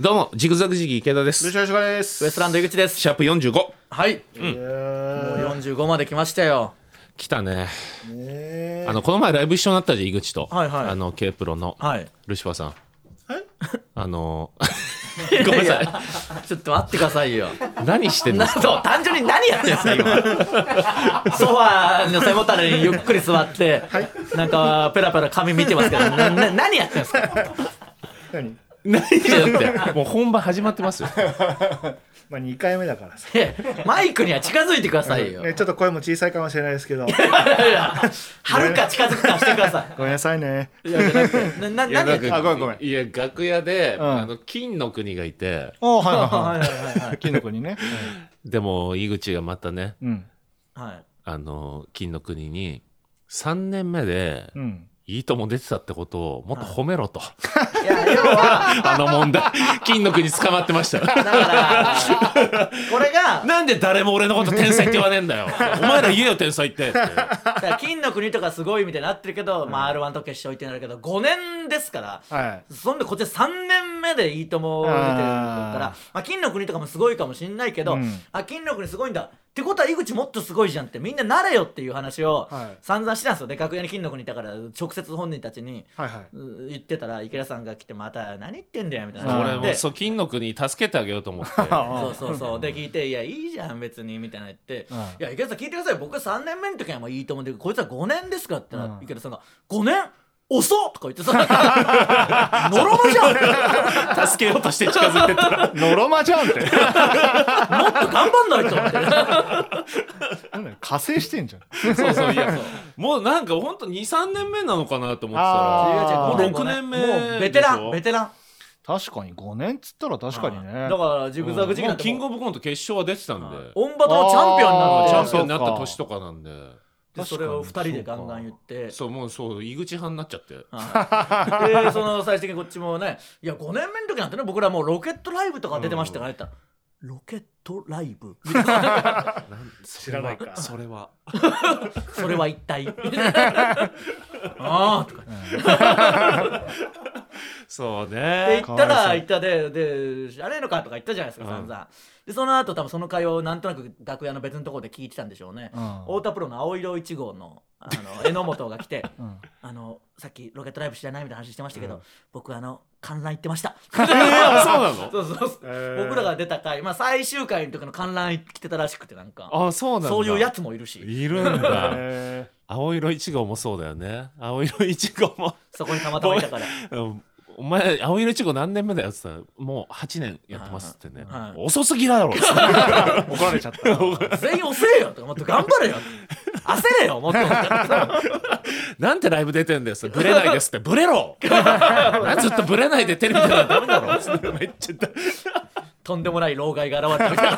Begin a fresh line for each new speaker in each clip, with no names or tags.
どうもジグザグジギー池田で
ル
す
シオシカです
ウエストランド井口です
シャープ45
はい、
いやー
もう45まで来ましたよ
来たね
ねえ
あのこの前ライブ一緒になったじゃん井口と、
はいはい
あの K プロの、
はい
ルシファーさん
え
あの ごめんなさい
ちょっと待ってくださいよ
何してんです
そう
か
単純に何やってんすか 今ソファーの背もたれにゆっくり座って、なんかペラペラ紙見てますけどなな何やってんすか
何
何してんだってもう本番始まってますよ
まあ2回目だからさ、
いやマイクには近づいてくださいよ
ね、ちょっと声も小さいかもしれないですけど
はるか近づくかしてくださ
ごめんなさいね
いいやじゃなくてなない
や
何
な
やってんす
か
あごめんごめん
いや楽屋で、
ん
あの金の国がいて
おおはい
かはいはいはい
キノコにね
でも井口がまたね
うん
はい
あの金の国に3年目で
う、ん
いいとも出てたってことをもっと褒めろと、
いや要は
あの問題金の国捕まってました
だからこれが
なんで誰も俺のこと天才って言わねえん だよ。お前ら言えよ天才って。
だから金の国とかすごいみたいになってるけど、まあ、r 1と決勝行ってなるけど5年ですから
はい
そんでこっち3年目で「いいとも」出てるから
あ
まあ、金の国とかもすごいかもしんないけど、
うん
あ金の国すごいんだってことは井口もっとすごいじゃんってみんななれよっていう話を
はい
散々してたんですよで楽屋に金の国いたから直接本人たちに。
はいはいう
言ってたら池田さんが来てまた何言ってんだよみたいな
俺も
で
うそう金の国助けてあげようと思って。
そうそうそうで聞いて「いやいいじゃん別に」みたいな言って「
うん
いや池田さん聞いてくださいよ僕3年目の時はもういいと思うんでこいつは5年ですか?」って言ったら、
うん
池田さんが「5年遅っ!」とか言 ってさ 「のろまじゃん
助けようとして近づいてったら。
ノロマじゃんって
もっと頑張んないと」みたいな
なんだよ加勢してんじゃん
そうそういやもうなんか本当二三年目なのかなと思ってた
あ
ら。
ー
もう
六年目
もうベテラ
でし
ン
ょ
ベテラン
確かに5年っつったら確かにね
だからジグザグジグ
もう
な
ん
て
キング
も
オブコント決勝は出てたんで。
オンバトのチャンピオン
あ
にな
ー
る
チ
チ
ャ
ャ
ン
ン
ピ
ピ
オ
オ
ンに
ン
なった年とかなんで。
でそれを2人でガンガン言
て
って
そうもうそう井口派になっちゃって。
はいでその最終的にこっちもねいや5年目の時なんてね僕らもうロケットライブとか出てましたからねって言ったらロケットライブ
知らないか
それは。
それは一体ああとか
そう
で
ね。
行った
かわいそ
ら
う
行ったでであれのかとか言ったじゃないですか
うん
散々でその後多分その会話をなんとなく楽屋の別のところで聞いてたんでしょうね
うん
太田プロの青色1号のあ の榎本が来て
うん
あのさっきロケットライブ知らないみたいな話してましたけど僕あの観覧行ってました
えーそうなの。
そうそうそう、
えー
僕らが出た回、まあ、最終回の時の観覧来てたらしくてなんか
あそうなんだ。
そういうやつもいるし
いるん だ。
へ
青色一号もそうだよね。青色一号も。
そこにたまたまいたから
うんお前青色いちご何年目だよっつったらもう8年やってますってね、
はい
遅すぎだろっつ って
ー 怒られちゃった
全員遅えよとかもっと頑張れよ焦れよもっと
なんてライブ出てんだよっつってブレないですってブレろなんでずっとブレないでテレビ出たらダメだろっつってめっちゃだ
とんでもない老害が現れてみたい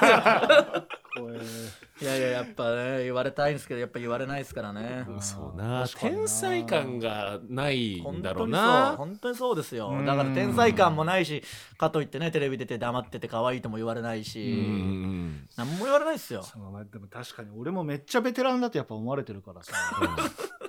怖えー
いやいややっぱね言われたいんですけどやっぱ言われないですからね
そうな
確かにな
天才感がないん
本
だろ
当
う
にそう
な
本当にそうですよ
うん
だから天才感もないしかといってねテレビ出て黙ってて可愛いとも言われな
う
い
んう
し
ん
何も言われないですよ
そうまあでも確かに俺もめっちゃベテランだとやっぱ思われてるからさ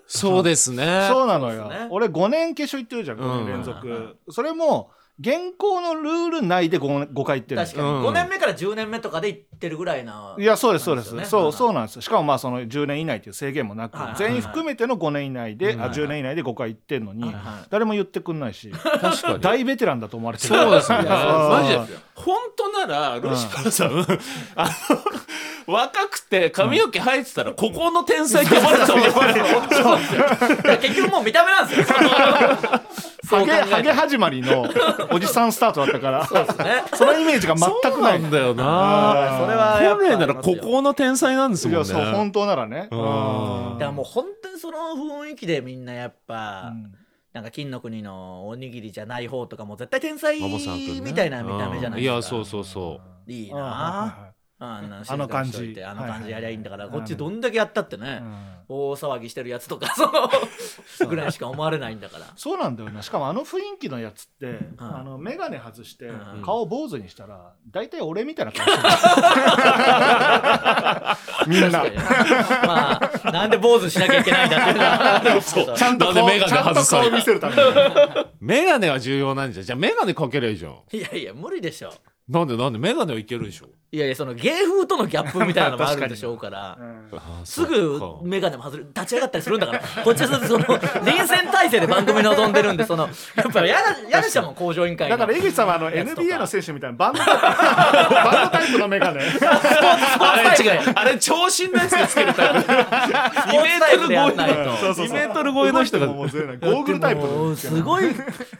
そうですね
そうなの
そ
よ、
うですね
俺5年決勝行ってるじゃん5年連続、それも現行のルール内で 5, 5回行ってる
確かに
うん
5年目から10年目とかで行ってるぐらいない
やそうですそうです
なんですよ
そ
ね
ううんそうなんですよしかもまあその10年以内という制限もなく
はいはいはい
全員含めての5年以内で、
うん
あ10年以内で5回行ってるのに、
はいはい
誰も言ってくんないし
確かに
大ベテランだと思われてる
そうですね。
いや
マジ
そう
で。本当なら、ルシファーさん、あの、若くて髪の毛生えてたら、ここの天才って呼ばれたもん
だから結局もう見た 目なんですよそう
ハ
考
ゲ
えた
ハゲ
ら
始まりのおじさんスタートだったから そ
ね
のイメージが全くない
そうなんだよな。
それはやっぱ
本来なら、ここの天才なんです
い
も
や
んね
そう。本当ならね
うん
だからもう本当にその雰囲気でみんなやっぱ、
うん
なんか金の国のおにぎりじゃない方とかも絶対天才
馬場さん君ね
みたいな見た目じゃない
うん
ですか、
や、そうそうそう。
いい
あーはい
な
はい
あんな
あの感じ
静かにしといてあの感じやりゃいいんだから、
はいはい
こっちどんだけやったってね、
うん
大騒ぎしてるやつとかそのぐらいしか思われないんだから
そうなんだよなしかもあの雰囲気のやつって、あの眼鏡外して、顔坊主にしたら大体俺みたいな顔してる みんな
確かにまあなんで坊主しなきゃいけないんだっていうのはそう
ちゃんと
なん
こ
で
う
眼鏡
ちゃんと
外され
顔
る
見せるために
メガネは重要なんじゃんじゃあメガネかけりゃいいじゃん
いやいや無理でしょ
なんでなんでメガネはいけるでしょ
いやいやその芸風とのギャップみたいなのもあるんでしょうから
あー
す
そ
ぐ
っか
眼鏡も外れ立ち上がったりするんだからこっちはその臨戦態勢で番組臨んでるんでそのやっぱり嫌な嫌でしたもん工場委員会
だ
の
から江口さんはあの
やつとか
NBA の選手みたいなバンドバンドタイプの眼鏡
あれ違
違う
うあれ長身のやつがつける タイプ
スポーツタイプでやんないと
そうそうそう
2メートル超えの人が
動いてももうずれないゴーグルタイプ
も
の
うすごい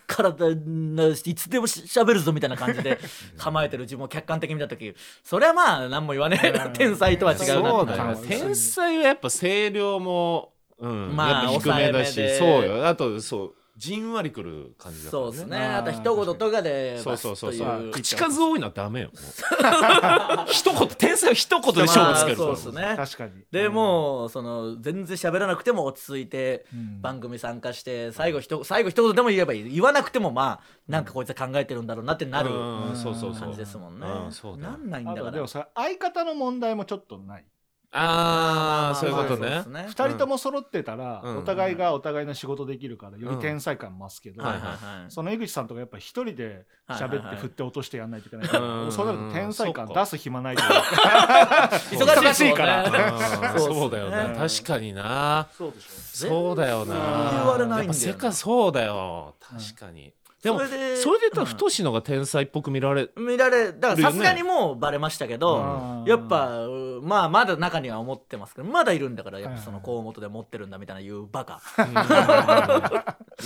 体ないつでもしゃべるぞみたいな感じ で構えてる自分を客観的に見た時それはまあ何も言わねえな天才とは違うな
そう
って
だ
な
よ
る
天才はやっぱ声量も、うん
まあ
やっぱ低めだ
抑えめ
し
で
そうよあとそうじんわりくる感じだから
そう
ね
ですねあと一言とかで
そうそうそうそう
バスとい
口数多いのはダメよ もう一言天才は一言で勝負つけるか
ま
ら
あそうですね
確かに
でもうその全然喋らなくても落ち着いて
ん
番組参加して最後ひと最後一言でも言えばいい言わなくてもまあなんかこいつは考えてるんだろうなってなる
うんそうそうそう
感じですもんね
うんそうだよ
なんないん
あ
だか
とで
ら
もさ相方の問題もちょっとない
ああそういう
ま
こと
あそうで
ね
すね
2人とも揃ってたら
うん
お互いがお互いの仕事できるからより天才感増すけど
うんはいはい
はい
その江口さんとかやっぱ一人で喋
は
っ
いはいは
て
い
振って落としてやんないといけないから、
うん
そうなると天才感
そうか
出す暇ないと
忙しいですもんね
忙しいから
うん
そうっすね
そうだよね確かにな
そうでしょ
そうだよな
然言われないんだよな
やっぱ世界そうだよ確かにでも
そ
そ
れで
れで言ったら太しのが天才っぽく見られ
見られ
い
だか
るよ
らさ
ね
すがにもうバレましたけど、
うん
やっぱうまあまだ中には思ってますけどまだいるんだからやっぱその
はい
河本で持ってるんだみたいな言うバカ、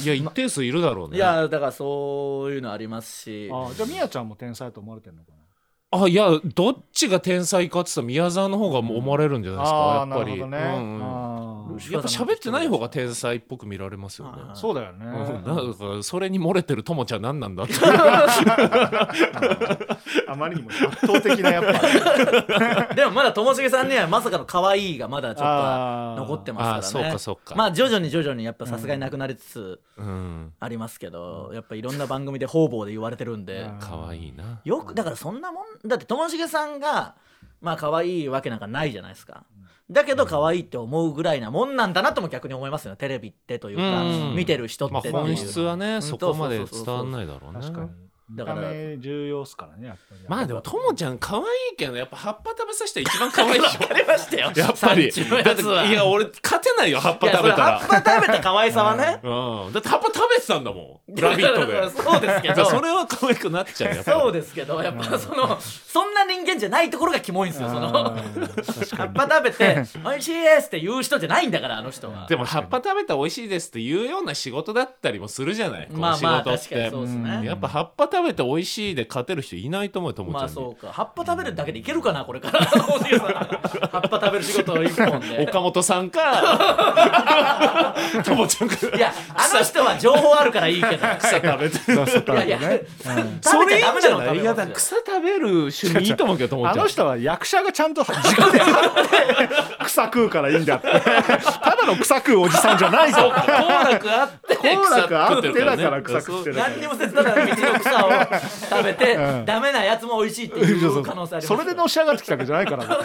いや一定数いるだろうね
いやだからそういうのありますし
あーじゃあみやちゃんも天才だと思われてるのかな
あいやどっちが天才かって言ったら宮沢の方が思われるんじゃないですか
あ
や
あ
っ
な
ぱ
るほ
り
どね、
うんうん
あー
やっぱ喋ってない方が天才っぽく見られますよね
あ
そうだよね、
うんだからそれに漏れてるともちゃん何なんだ って
あまりにも圧倒的なやっぱ
でもまだともしげさんにはまさかの可愛いがまだちょっとは
あー
残って
あ
ま
あ
す
そ
か
う
らね
かそうか
まあ徐々に徐々にやっぱさすがになくなりつつ
うん
ありますけど、やっぱいろんな番組で方々で言われてるんで、
うん
可愛いな
よくだからそんなもんだってともしげさんがまあ可愛いわけなんかないじゃないですかだけど可愛いって思うぐらいなもんなんだなとも逆に思いますよねテレビってというか、
うん
見てる人って
ま
っ
あ
ていう、
本質は
う
ね
ん
そこまで
そうそう
伝
そう
わ
そうん
ないだろうね
確かに
だ
見
か
た
ら
目重要っすからねやっぱり
まあでもともちゃん可愛いけどやっぱ葉っぱ食べさせたら一番可愛いでし ょ
ありましたよ
やっぱり
山頂の
だ
や
っ
つ
て
はい
や俺勝てないよ葉っぱ
いや
食べたら
それ葉っぱ食べた可愛さはね
うんだって葉っぱ食べてたんだもん「ラビット!」で
そうですけ
だから
ど
それは可愛くなっちゃうやっぱり
そうですけどやっぱそのそんな人間じゃないところがキモいんですよその葉っぱ食べて「おいしいです」って言う人じゃないんだからあの人は
でも葉っぱ食べたら美味しいですっていうような仕事だったりもするじゃないこ
ま
の
あ
仕
まあ
事っ
確かに
て
そうですね、
やっぱ葉っぱ食べて美味しいで勝てる人いないと思うよともち
ま
ゃ
あ
ん
そ
に
うか葉っぱ食べるだけでいけるかなこれから葉っぱ食べる仕事一本で
岡本さんかともちゃんか
いやあの人は情報あるからいいけど
草食べて
出せた
い
ら
や
ね
いや、
そ
食べ
れい
ち
い
ゃダ
ん
メ
じ
な
ゃ
の
ない
食
い
べ
や
ます
だ
よ
草食べる趣味いいと思うけどともちゃ
あ
ん
の人は役者がちゃんと自己で 草食うからいいんだってただの草食うおじさんじゃないぞ
好楽あって
好楽あってだ
ね
から草食ってるから
何にもせずただ道の草を食べて、ダメなやつも美味しいっていう可能性あります
それでのし上がってきたわけじゃないからね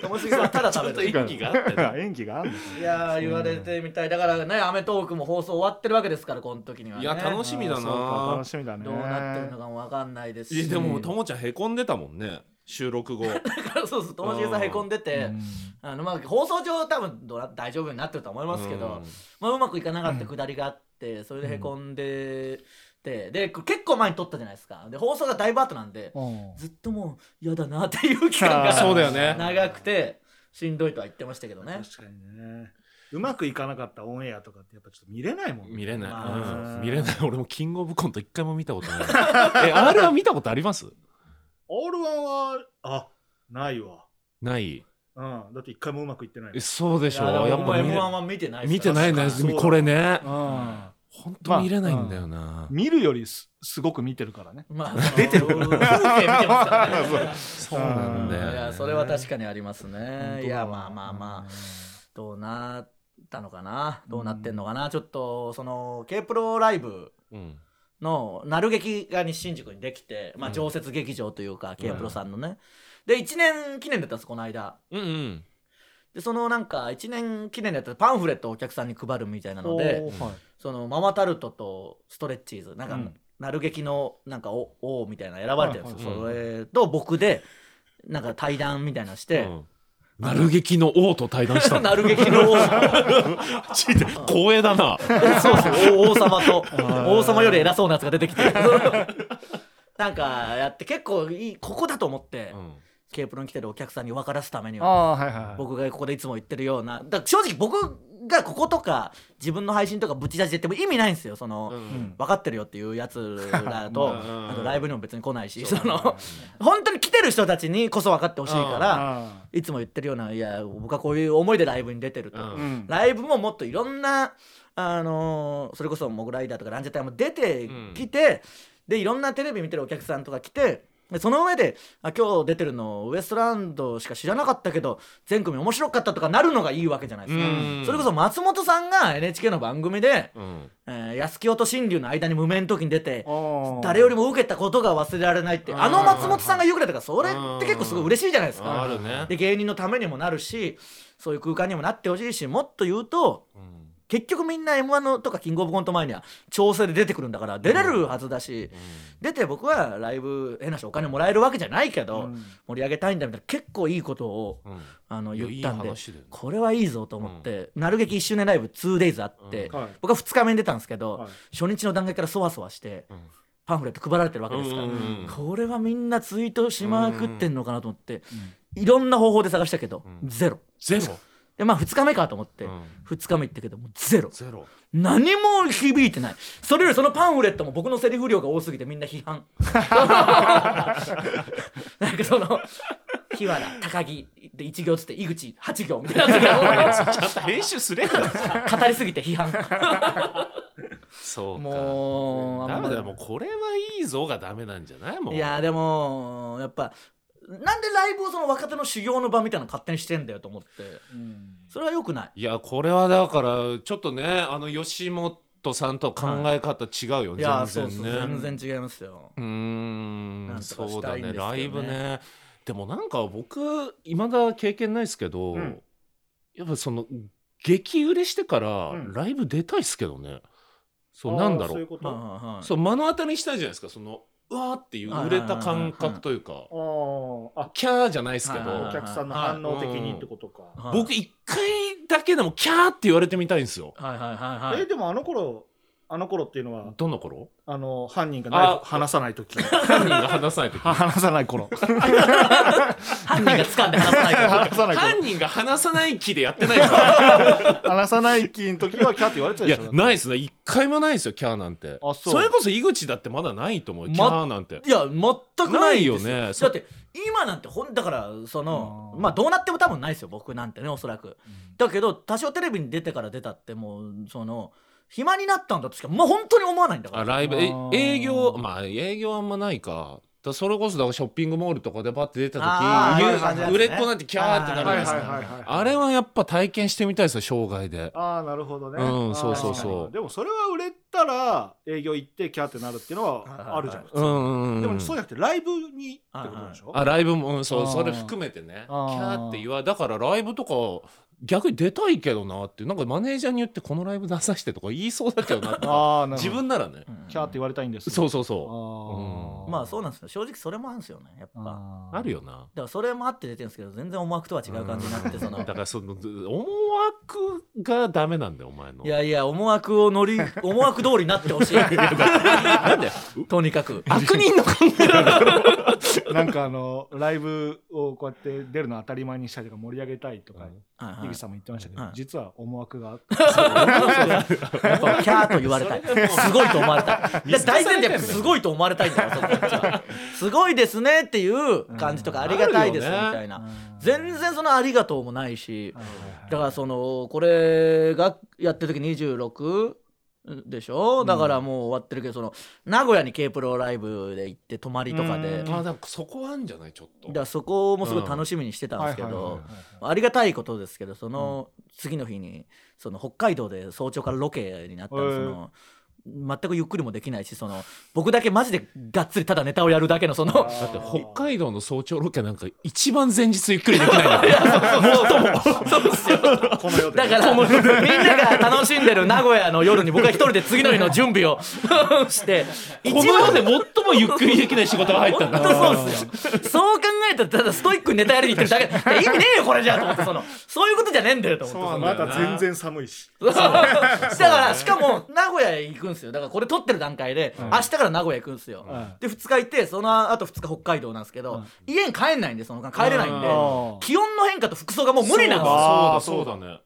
ともしげさんはただ食べてる
演技があってね
演技があるんだ
いやー言われてみたいだからね『アメトーーク』も放送終わってるわけですからこの時には、ね、
いや楽しみだ
そうか
な
楽しみだね
どうなってるのかも分かんないです
いや
し
でもともちゃんへこんでたもんね収録後
そうそうともしげさんへこんでて、あのまあ放送上多分どうな大丈夫になってると思いますけど、う
うん
まあ、うまくいかなかったくだりがあって、それでへこんでて、でこ結構前に撮ったじゃないですかで放送がだいぶ後なんで、
うん
ずっともう嫌だなっていう期間
あー
そ
が
うだよね
長くてしんどいとは言ってましたけどね
確かにねうまくいかなかったオンエアとかってやっぱちょっと見れないもんね
見れない、
あ
ま
うん見れない俺もキングオブコント一回も見たことないえ R は見たことあります
R1 はあないわ
ない
うんだって一回もうまくいってないもん
えそうでしょ
いやで
や
も
っ
もう
ぱ
M1
見れ
は見てない
見てないね
そうだ
これね
うん
本当に見れないんだよな、
見るよりすすごく見てるからね
まあ、出てる風景見てますからね
そうなんだよ、ね、
いやそれは確かにあります
本当
ね
だ
いやまあまあまあどうなったのかなどうなってんのかな、ちょっとその k プロライブ
うん
のなる劇が西新宿にできて、まあ、
うん
常設劇場というか、k プロさんのねで1年記念だったんですこの間
うんうん
でそのなんか1年記念でやったパンフレットをお客さんに配るみたいなので
おーはい
そのママタルトとストレッチーズなんか、
うん
なる劇のなんかお王みたいなの選ばれてるんですよ、
はいはい
それと僕でなんか対談みたいなのして、
うんなる劇の王と対談したの
なる劇 の王
ちいて光栄だな
そうですよ王王様と
ー
王様より偉そうなやつが出てきて なんかやって結構いいここだと思って、ケープロに来てるお客さんに分からすために
あ
は
あはいはいはい
僕がここでいつも言ってるようなだから正直僕がこことか自分の配信とかぶち出しで言っても意味ないんですよその、
ん
分かってるよっていうやつら
う
と
んうんうん
あとライブにも別に来ないしその本当に来てる人たちにこそ分かってほしいから
あ
いつも言ってるようないや僕はこういう思いでライブに出てると、
うん
ーうん
ライブももっといろんな、あのーそれこそモグライダーとかランジャタイも出てきて、でいろんなテレビ見てるお客さんとか来てでその上であ今日出てるのウエストランドしか知らなかったけど全組面白かったとかなるのがいいわけじゃないですか、
うん
それこそ松本さんが NHK の番組で、
うん
えー、安清と新竜の間に無名の時に出て
あー
誰よりも受けたことが忘れられないって
うん
あの松本さんが言うぐらいだからそれって結構すごい嬉しいじゃないです
あ
か
る ね
で芸人のためにもなるしそういう空間にもなってほしいしもっと言うと
うん
結局みんな m 1のとかキングオブコント前には調整で出てくるんだから出れるはずだし、出て僕はライブ変なしお金もらえるわけじゃないけ
う
ど、
ん
盛り上げたいんだみたいな結構いいことを
うん
あの
いや
言ったんで
いい話だよね
これはいいぞと思って、なる劇1周年ライブ 2days あって、
うん
はい
僕は2日目に出たんですけど、
はい
初日の段階からそわそわして
うん
パンフレット配られてるわけですから、
うんうんうん
これはみんなツイートしまくってんのかなと思って、いろんな方法で探したけど、
うん
ゼロ
ゼロ
でまあ2日目かと思って、
うん
2日目行ったけどもうゼロ
ゼロ
何も響いてないそれよりそのパンフレットも僕のセリフ量が多すぎてみんな 批判なんかその日原高木で1行つって井口8行みたいなやつが
ちゃんと編集すれよ
語りすぎて批判
そうか
もう
ダ
あんま
メだよもうこれはいいぞがダメなんじゃないもう
いやでもやっぱなんでライブをその若手の修行の場みたいなの勝手にしてんだよと思って
うん
それはよくない
いやこれはだからちょっとねあの吉本さんと考え方違うよ
い
ね、
やそ
全
うそう
然ね
全然違いますよ
う
な
ー
ん
ん
とか
そ
し
う
た
だ
いんですけどね
ねライブねでもなんか僕いまだ経験ないですけど、
うん
やっぱその激売れしてから
うん
ライブ出たいっすけどね、そう
あー
なんだろ
そういうこと
はいはいはい
そう目の当たりにしたいじゃないですかそのうわーっていう売れた感覚というか、
あーあ
キャーじゃないですけど、
はいはい
お客さんの反応的にってことか、
はい
僕一回だけでもキャーって言われてみたいんですよ
はいはいはいはい
えでもあの頃あの頃っていうのは
どの頃
あの犯人がナイフ
あ
離さない時
犯人が話さない時
離さない 頃
犯人が掴んで話さ ないから
離さない頃
犯人が話さない気でやってないか
離さない時の時はキャーって言われてた
らい
で
や
しょ
ないですね一回もないですよキャーなんて
あそう
れこそ井口だってまだないと思う、
ま
キャーなんて
いや全くないです
ないよね
だって今なんてほんだからその
あー
まあどうなっても多分ないですよ僕なんてねおそらく、だけど多少テレビに出てから出たってもうその暇になったんだとしかまあ本当に思わないんだから
あライブえ
あー
営業まあ営業あんまないかだそれこそだからショッピングモールとかでバッて出た
ー
あ
時
ああいう感じ
ゆ売
のやつね
れっ子なんてキャーってなるじゃないです
はいはい
か
はいはい
あれはやっぱ体験してみたいですよ生涯で
ああなるほどね、
うん
あー
そうそうそう
でもそれは売れたら営業行ってキャーってなるっていうのはあるじゃないです
う
か、
んうんうん
でもそうじゃなくてライブにってことでしょ、
あライブも、うん、そう
あー
それ含めてねキ
あー
ャーって言わだからライブとか逆に出たいけどなっていうなんかマネージャーに言ってこのライブ出させてとか言いそうだけどなって
ああなるほど
自分ならね
うん
キャーって言われたいんです
そう
う
そうそ
あ
うん
まあそう
う
なんですよ正直それもあるんですよねやっぱだか
うあるよな
らそれもあって出てるんですけど全然思惑とは違う感じになってその
だからその思惑がダメなんだよお前の
いやいや思惑を乗り思惑通りになってほしい
なんだよ
とにかく
悪人の考え
なんかあのライブをこうやって出るの当たり前にしたりとか盛り上げたいとか、
はいは
井
い
口さんも言ってましたけど、
はい
実は思惑があって
やっぱキャーと言われたいすごいと思われたいや大前提やっぱすごいと思われたいんだよそここっちはすごいですねっていう感じとかありがたいですみたいな、全然そのありがとうもないしだからそのこれがやってる時26でしょだからもう終わってるけどその名古屋に k プロライブで行って泊まりとかで
う
だ
ん
か
あなんかそこはあんじゃないちょっと
らそこもすごい楽しみにしてたんですけ
はいはいはい
ど
はい
ありがたいことですけどその次の日にその北海道で早朝からロケになったんです
へえ
その全くゆっくりもできないしその僕だけマジでがっつりただネタをやるだけのその
だって北海道の早朝ロケなんか一番前日ゆっくりできないんだよ
この世で
だからみんなが楽しんでる名古屋の夜に僕は一人で次の日の準備を して 一
この世で最もゆっくりできない仕事が入ったん
本
だ
当そうっすよそう考えたらただストイックにネタやりに行ってるだけで意味ねえよこれじゃあと思ってそのそういうことじゃねえんだよと思って
そうまだ全然寒いし
そうだからしかも名古屋へ行くんですよだからこれ撮ってる段階で、明日から名古屋行くんですよ、
ん
で2日行ってその後2日北海道なんですけど、家に帰んないんでその間帰れないんで
うん
気温の変化と服装がもう無理なんです
そう
そ
だ
よ
うだそうだね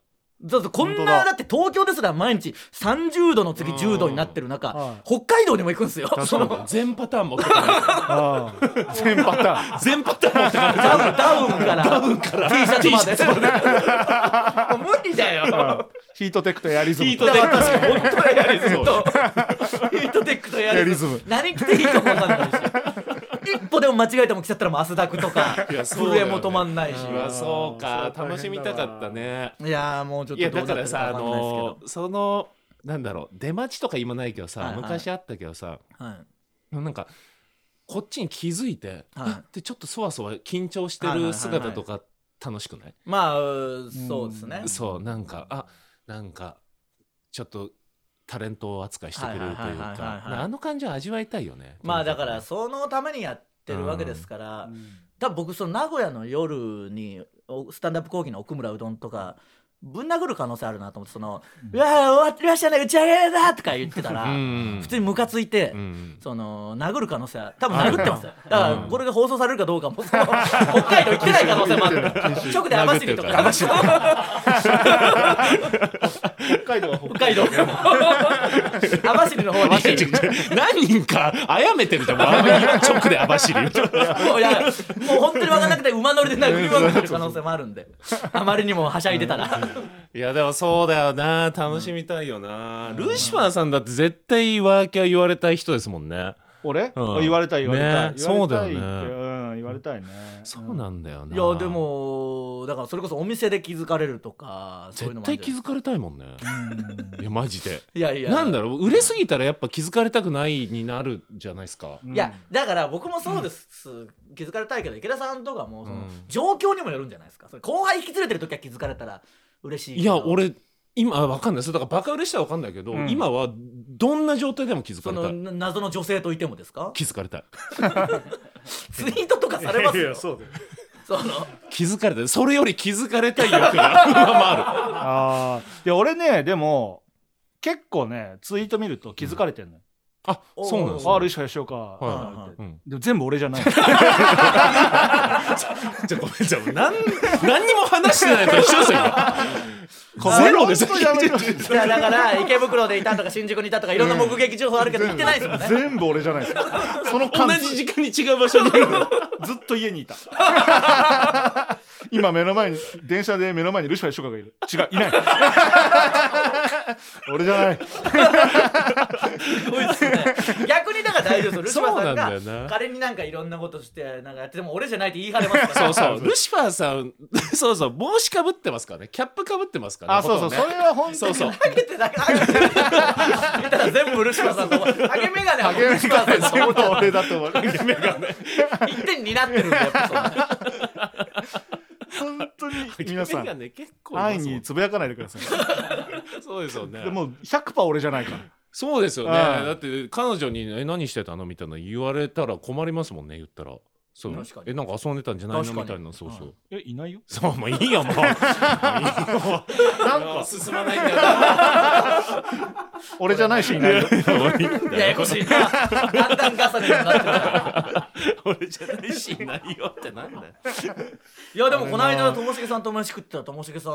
だってこん
本当
な
だ
だって東京ですら毎日30度の次
うん
10度になってる中、
はい
北海道にも行くんですよその
全パターン持ってかない
ああ全パターン
全パターン持ってかない
ダウンダウンから T シャツまでもう無理だよ
ヒートテックとエアリズム
ヒートテック確かに本当にやりそう
ヒートテックとエアリズ
エア
ム
リズ
何着ていいと思わないし一歩でも間違えても着ちゃったらもう汗だくとか
いやそうだ
震
よ
えも止まんないし
うわそうか
そう
楽しみたかったね
いやーもうちょっ
いや
とど
だ
う
か
なって
ら
るか
さあ
わかんないですけ
の
ど
ーそのなんだろう出待ちとか今ないけど
は
さ
いはい
昔あったけどさ
はい
なんかこっちに気づいて
はい
あでちょっとそわそわ緊張して
はいはい
る
はいはい
姿とか楽しくない
まあうーそうですね
そうなんかあなんかちょっとタレント扱いしてくれるというか
はいはいはいはいはい
なあの感じを味わいたいよね
まあだから
そ
そのためにやってるわけですから、多分僕その名古屋の夜におスタンダップ講義の奥村うどんとかぶん殴る可能性あるなと思ってその「うわー終わりましたね打ち上げだ!」とか言ってたら、
うん
普通にムカついて。
うん
その殴る可能性は多分殴ってますよだからこれが放送されるかどうかも その北海道行ってない可能性もある直で網走とか
殴
北海道は北
北海道網走の方に
何人かあやめてるじゃんもうあの直で網走
もういやもう本当に分かんなくて馬乗りで殴りまくってる可能性もあるんであまりにもはしゃいでたら
いやでもそうだよな楽しみたいよな、ルシファーさんだって絶対ワーキャー言われたい人ですもんね
俺、
うん
言われたい言われたい、
ね
言われたい
そうだよね
ってうん、言われたいね
そうなんだよない
やでもだからそれこそお店で気づかれるとかそういうの
絶
もあ
対
るんじ
気
ゃない
づかれたいもんねいやマジで
いやいや
なんだろう売れすぎたらやっぱ気づかれたくないになるじゃないですか、
いやだから僕もそうです、気づかれたいけど池田さんとかもその、
うん
状況にもよるんじゃないですかそれ後輩引き連れてる時は気づかれたら嬉しいけど
いや俺今あわかんないそれだからバカ売れしたらわかんないけど、
うん
今はどんな状態でも気づか
そ
れた
の
い
な謎の女性といてもで すか
気づかれたい
ツイートとかされます
いやい
よ
やそうだよ
その
気づかれたいそれより気づかれたい欲が上回る
ああいや俺ねでも結構ねツイート見ると気づかれてんのよ、
あそうなんです
あ
ね
あるしかしようか、
はい
はい
うん
でも全部俺 じゃない
じゃあごめんじゃあなん何にも話してないと一緒ですよ ゼロですよ
本当やめろ
いや だから池袋でいたとか新宿にいたとかいろんな目撃情報あるけど見てないですも んね
全部俺じゃないですその
同
間ず
じ時間に違う場所にいるの
っと家にいた今目の前に電車で目の前にルシファー吉岡がいる違う いない俺じゃない
すごいですね逆にだから大丈夫ですよルシファ
そうな
ー
んだよ
さん
な
が彼になんかいろんなことしてなんかやってても俺じゃないって言い張れますから
そうそう ルシファーさんそうそう帽子かぶってますからねキャップかぶってますからね
あそうそう
ほ
そ
とんどね
れは本当
そう
に
そう
ハゲてないハゲてない見たら全部ルシファーさんと思うハゲメガネはもうルシファーさんと思
全
う
部俺だと思う
一点になってるんでやっぱそう
本当に皆さ
目が
ん
ね結構います
安
も
易
ん
につぶやかないでください
そうですよね
でも100%俺じゃないから
そうですよね、
うん
だって彼女に「え何してたの?」みたいな言われたら困りますもんね言ったらそう
確かに
えなんか遊んでたんじゃないの
確
み
かに
たいなそうそう、
えいないよ
そうもういいよ もうもういいよなんか進まないんだよな
俺じゃないし いないよ
ややこしいな だんだんガサにもなってる
俺じゃないしいないよってなんだよ
いやでもこの間ともしげさんと飯食ってたらともしげさん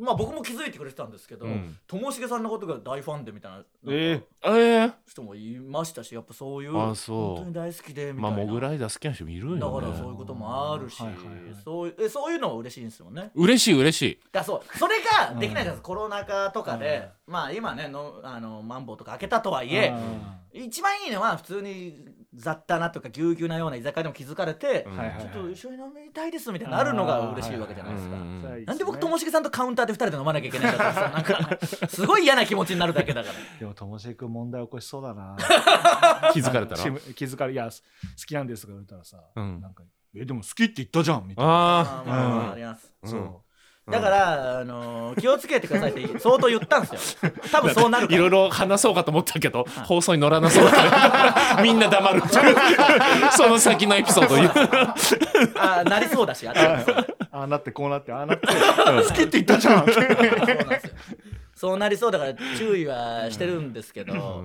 まあ僕も気づいてくれてたんですけど
うん
ともしげさんのことが大ファンでみたいな
ええー
人もいましたしやっぱそういう
あ
本
そう
当に大好きでみ
ま
た
あ
いな
モグライダー好きな人もいるよね
だからそういうこともあるし
はいはいはい
そういうえそういうのは嬉しいんですよね
嬉しい嬉しい
だからそうそれができないじゃないですか、コロナ禍とかで、まあ今ねのあのマンボウとか開けたとはいえ、一番いいのは普通に雑多なとかぎゅうぎゅうなような居酒屋でも気づかれて、
うん
はい
ち
は
ょ
い
っと一緒に飲みたいですみたいなのあるのが嬉しいわけじゃないですか。
うんうんうん
なんで僕ともしげさんとカウンターで2人で飲まなきゃいけないんだ ってさなんかすごい嫌な気持ちになるだけだから
でもともしげくん問題起こしそうだな
気づかれたら
チーム気づかれいやす好きなんですとか言ったらさ、
うん
なんかえでも好きって言ったじゃんみたい な
あ
あーまあまあまああ
あ
ります、
うん
そ
うん
だから、あのー気をつけてくださいって相当言ったんです よ多分そうなるか
い
ら
ろいろ話そうかと思ったけど放送に乗らなそうだから みんな黙るっていうその先のエピソードを言う
あーなりそうだしあと
う、ああなってこうなってああなって好きって言ったじゃん
そうなんですよそうなりそうだから注意はしてるんですけど、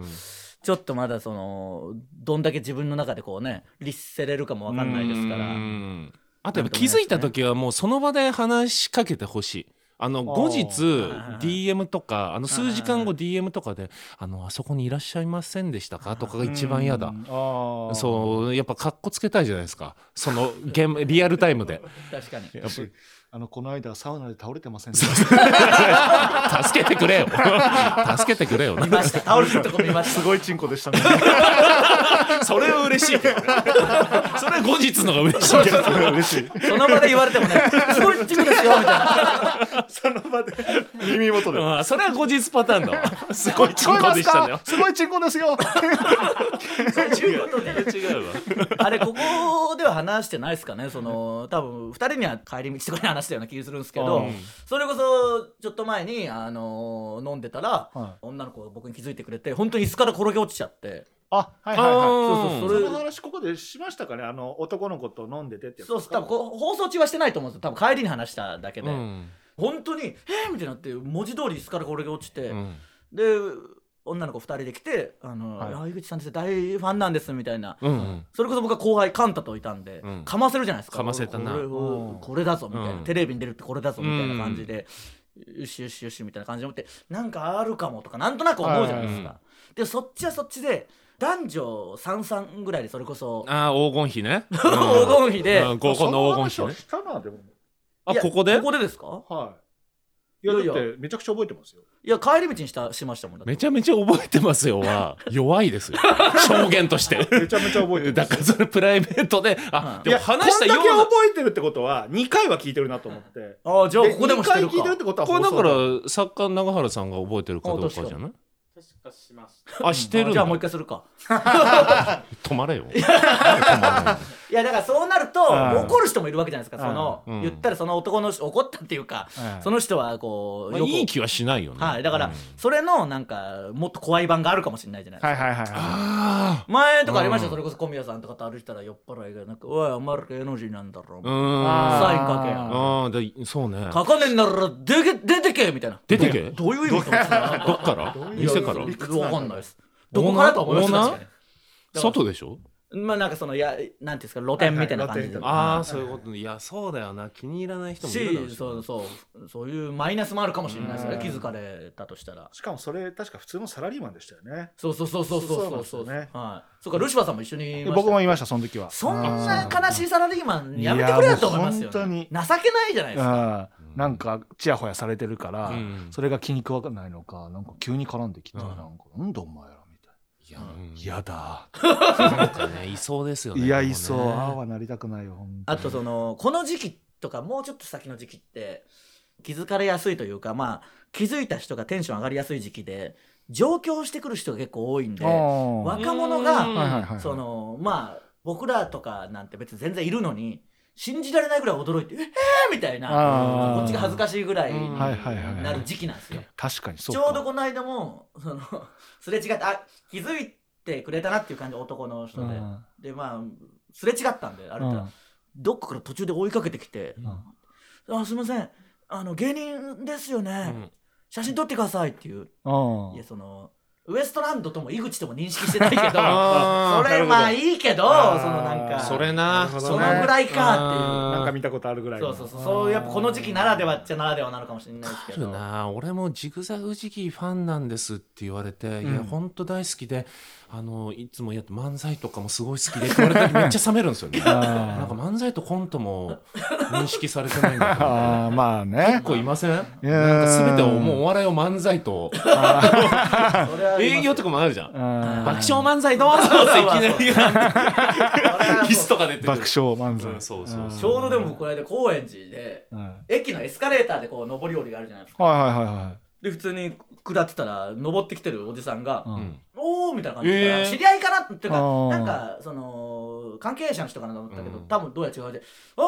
ちょっとまだそのどんだけ自分の中でこうね律せれるかもわかんないですか
う
ら
んあとやっぱ気づいた時はもうその場で話しかけてほしい。あの後日
あー
DM とかあの数時間後 DM とかで「あのあそこにいらっしゃいませんでしたか?」とかが一番嫌だ
うんああ
そうやっぱかっこつけたいじゃないですかそのゲリアルタイムで
確かに
やっぱ
あのこの間サウナで倒れてませんで
助けてくれよ 助けてくれよ
見ました倒れてるとこ見まし
すごいチンコでしたね
それは嬉しいけどそれは後日のが嬉しいけど
嬉しい
たその場で言われてもね「すごいチンコですよ」みたいな
その場で耳元で
うんそれは後日パターンだわ すごいチンコでしたね
すごいチンコですよ
そういうことで
違うわ
あれここでは話してないですかねその多分2人には帰り道とかに話したような気がするんですけ
う
ど
ん
それこそちょっと前に、あの飲んでたら、
はい
女の子が僕に気づいてくれて本当に椅子から転げ落ちちゃって
あはいはいはい
そうそうそ
そ
れ
の話ここでしましたかねあの男の子と飲んでてってやつ
そうっす多分こう放送中はしてないと思うんですよ多分帰りに話しただけで、
うん
本当に「えー!」みたいになって文字通り椅子からこれが落ちて、
うん
で女の子2人で来て「あの
はい
来口さんです大ファンなんです」みたいな。
うんうん
それこそ僕は後輩カンタといたんで、
うん
かませるじゃないですか
かませたな
これ
う
を
ん
これだぞみたいな、
うん
テレビに出るってこれだぞみたいな感じで、よしよしよしみたいな感じで思ってなんかあるかもとかなんとなく思うじゃないですか、
は
でそっちはそっちで男女三三ぐらいでそれこそ
ああ黄金比 ね黄
金比で
合コンの黄金
そ話
比
は
ね
したなでも
あ
いや
ここで
ここでですか
はいいや
いやい
だ
や
ってめちゃくちゃ覚えてますよ
いや帰り道にしたしましたもんだって
めちゃめちゃ覚えてますよは弱いですよ証言と して
めちゃめちゃ覚えて
だ
ます
からそれプライベートであ
うん
でも話したよ
いやこんだ
う
け覚えてるってことは2回は聞いてるなと思って
ああじゃあここでもしてる
2回聞いてるっ
か
てこと
な
は
これだ
放送
から作家永原さんが覚えてるかどうかじゃない
確かしました。
あしてるん
じゃ
だ
あもう一回するか
止まれよ
いやだからそうなると
うん
怒る人もいるわけじゃないですかその
うん
言ったらその男の人怒ったっていうか
うん
その人はこ
ま
う
あ
よく
いい気はしないよね
はいだからそれのなんかもっと怖い版があるかもしれないじゃないです
は
か
いはいはいは
あ
前とかありました
う
よ
ん
それこそ小宮さんとかと歩いてたら酔っ払いがなんか「おいお前ら芸能人なんだろ」
あう
サイン
ん
あ
かけ
ー
や
あーでそうね
書かねえんなら出け出てけ」みたいな
出てけど
どういう意味と思ってた
っから
う
店から
いやわかんないですどこからとは思いました
オーナー
確かにら
外でしょ
まあなんかそのいやなんていうんですか露店みたいな感じで、
はいはい
ああそういうことねいやそうだよな気に入らない人もいるだろう
し
し
そうそうそういうマイナスもあるかもしれないですよね
うん
気づかれたとしたら
いしかもそれ確か普通のサラリーマンでしたよね
そうそうそうそうそうそう
そ
そう
うなんですよね
はいそうかルシファーさんも一緒にいました
僕も言いましたその時は
そん
う
な悲しいサラリーマンやめてくれよと思いますよ、ね、
いやもう
情けないじゃないですか
うんなんかちやほやされてるから、
うん
それが気に食わないのかなんか急に絡んできて、
うん
なんかなんだお前らみたい
いやうん
な嫌だ、
なんかねいそうですよね
いやいそう、
でもね
ああはなりたくないよ本当
あとそのこの時期とかもうちょっと先の時期って気づかれやすいというかまあ気づいた人がテンション上がりやすい時期で上京してくる人が結構多いんで
あー
若者
う
が
ん
はいはいはいはい
そのまあ僕らとかなんて別に全然いるのに信じられないぐらい驚いて「えー!」みたいな
あー
こっちが恥ずかしいぐらい
うん
に
はいはいはい
なる時期なんですよ。
確かにそう
ち
か
ょうどこの間もその すれ違ってあ気づいてくれたなっていう感じ男の人で、
うん
でまあすれ違ったんであれ、
うん
どっかから途中で追いかけてきて
う
「あすいませんあの芸人ですよね、
うん
写真撮ってください」っていう、
うん
いやそのウエストランドとも井口とも認識してないけど そ
あー
なる
れ
ほど
まあいいけどそ
あー
のなんか
それな
なるほ
そ
ど
の
ね
ぐらいか
なんか
か
見たことあるぐ
っ
らい
てい
の
うそうそうそうそうやっぱこの時期ならではっちゃならではなのかもしれないですけど
な俺もジグザグ時期ファンなんですって言われて、いや本当大好きであのいつもやって漫才とかもすごい好きでって言われた時めっちゃ冷めるんですよね
あ
なんか漫才とコントも認識されてないんだ
ー
と 思って
あーまあね
結構いません
うん
なんか全てをもうお笑いを漫才と
それは
営業とかもあるじゃん
う
爆
ん
笑漫才どうぞっていきな
それはも
り
う
キスとか出てくる
爆笑漫
う
才
んそうそう
ちょうどでもこの間高円寺で
うんはい
駅のエスカレーターでこう上り下りがあるじゃないですか
はいはいは
で普通に下ってたら上ってきてるおじさんが
い、う
うんん
おーみたいな感じで、
えー
知り合いかなっていう
あ
か
ー
なんかその関係者の人かなと思ったけど、
うん
多分どうやら違うで「あ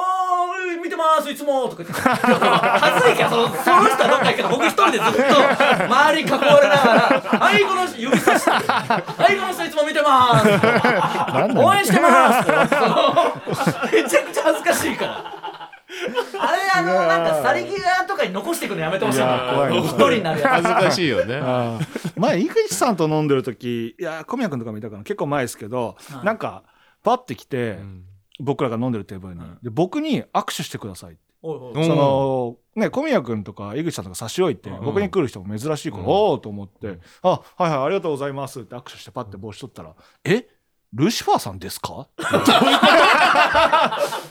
ー見てますいつも」とか言って 恥ずいけどそのその人はどっか行くけど僕一人でずっと周り囲われながら 「はいこの人指さしてはいこの人いつも見てます」
なんだよ
応援してますとかその めちゃくちゃ恥ずかしいから。あれあのなんか去り際とかに残してくのやめてほしい
いやー
な
怖いな
一人になるやつ
恥ずかしいよね
あー前井口さんと飲んでる時いやー小宮君とか見たかな結構前ですけど、
はい
なんかパッて来て、
うん
僕らが飲んでるテーブルに、で僕に握手してくださいって
おいおい
うん
そのね小宮君とか井口さんとか差し置いて、
うん
僕に来る人も珍しいから、
うん
おおと思って、あはいはいありがとうございますって握手してパッて帽子取ったら、えルシファーさんですか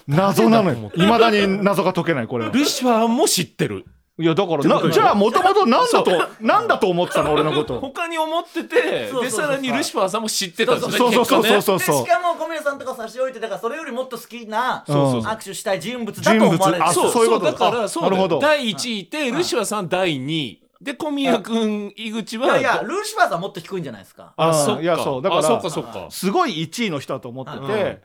謎なのよいまだに謎が解けないこれは
ルシファーも知ってる
いやだからなじゃあもともと何だと何だと思ってたの俺のこと
他に思ってて
そうそうそう
でさらにルシファーさんも知ってたんですよね
そうそうそうそう
結
そうそう
でしかも小宮さんとか差し置いてだからそれよりもっと好きな
そうそうそう
握手したい人物だと思われて
人物
構ね
あそ
そ
う
う
そういうこと
だか
あ
らそうだよ
なるほど
第1位でルシファーさん第2位で小宮君井口
い
は
やいやルシファーさんもっと低いんじゃないですか
あ
あー
そっか
いやそうだから
あそっかそっか
すごい1位の人だと思ってて、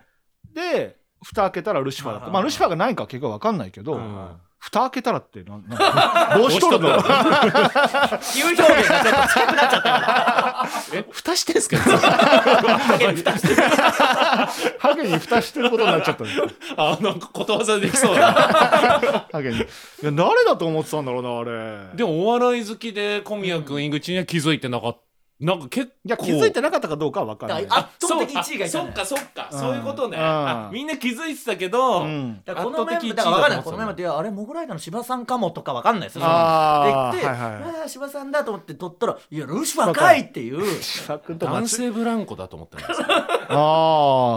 で蓋開けたらルシファーだった、まあ、ルシファーが何か結果分かんないけど、
うん
蓋開けたらってなん なん帽子取るの
比喩表現がちょっと近くなっちゃったか
え蓋してん すか
ハゲに蓋してることになっちゃったんだよ
あなんかことわざできそうだ
ハゲにいや誰だと思ってたんだろうなあ れ
でもお笑い好きで小宮君井口には気づいてなかったなんか結構
いや気づいてなかったかどうかは分かんない
だから圧倒的1位がいた
そ
ん
う
だ
あそっかそっか
うん
そういうことね
うん
あみんな気づいてたけど
うん
らこのメンバー
圧倒的1位
だから分かん
だ
ない
と
この
思
メンバー
っ
ってていやあれモグライダーの芝さんかもとか分かんないですよ
あー
で行って
はいはい
あー芝さんだと思って取ったらいやルシファーかいっていう
男性ブランコだと思ってます
あ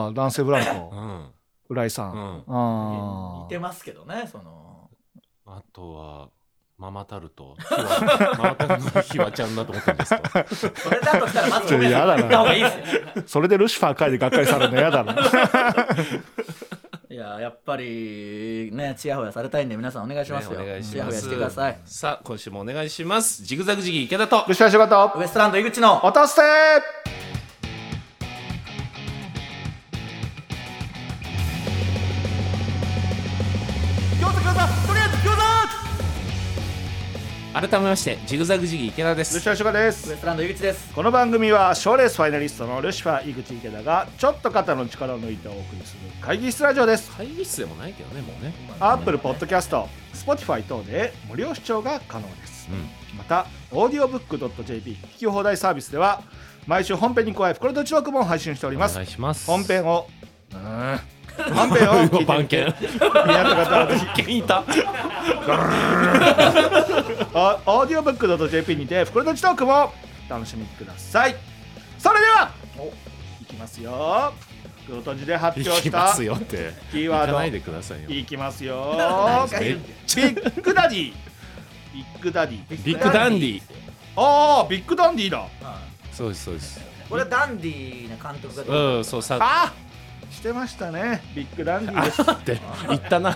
あ男性ブラン
う
コ
ん
浦井さ、
うんん
あ
似て
ー
ますけどねその
あとはママタルト ひわママタルトのひわちゃんだと思ったんですか
それだとしたらまず
ちょっと
小宮
嫌
さ
だ
ん
な
行った方がいいですよ
それでルシファー書いてがっかりされるの嫌だな
いややっぱりねちやほやされたいんで皆さんお願いしますよ
ねお願いし
ちや
ま
ほや
す
してください
さあ今週もお願いしますジグザグジギー池田と
ルシファー仕事
ウエストランド井口の
落とせ
餃子餃子とりあえず餃子
改めましてジグザグジギー池田で
ルシ
す
ファー仕事です
ウエストランド井口です
この番組は賞レースファイナリストのルシファー井口池田がちょっと肩の力を抜いてお送りする会議室ラジオです
会議室でもないけどねもうね
アップルポッドキャスト Spotify 等で無料視聴が可能です
うん
また audiobook.jp 聞き放題サービスでは毎週本編に加え袋とち枠も配信しておりま
お
す
願いします
本編をうーん本編を 聞いて
番
みて
犬
宮田方はぜひ
番犬いた
あオーディオブック .jp にて袋とちトークもお楽しみくださいそれではおいきますよ袋とじで発表
行き
し
ま
た
すよって
キー
行
ワー
か
ド
ないでくださいよ
いきますよ
なんか
ビ
言う
ッグダディビッグダディ
ビッグダンディ
ああビッグダンディだ
そうですそうです
これはダンディーな監督が
うんそうさ
あしてましたねビッグダンディです
あって言ったな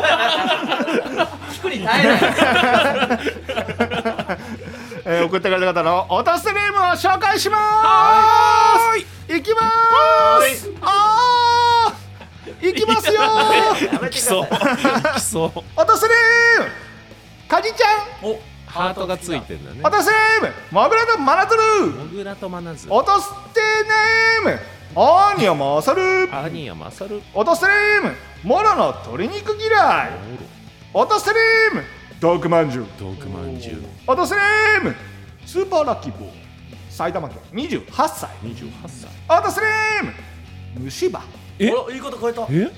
聞くに耐えない
えー送ってくれた方のお助けネームを紹介しまーすいきまーすあーいきます よー
やめて
来
く
そう
ださい
来そう
お助けネームかじちゃん
お
ハートがついてんだね
お助けネームモグラとマナトル
モグラとマナズ
お助けネームアーニャマサル
アニヤマサル
お助けネームモロの鶏肉嫌いお助けネームドークマンジュ
ドークマンジュ
お助けネームスーパーラッキーボーイ埼玉県28歳
28歳
アートスリーム虫歯
え
おいいこと超えた
え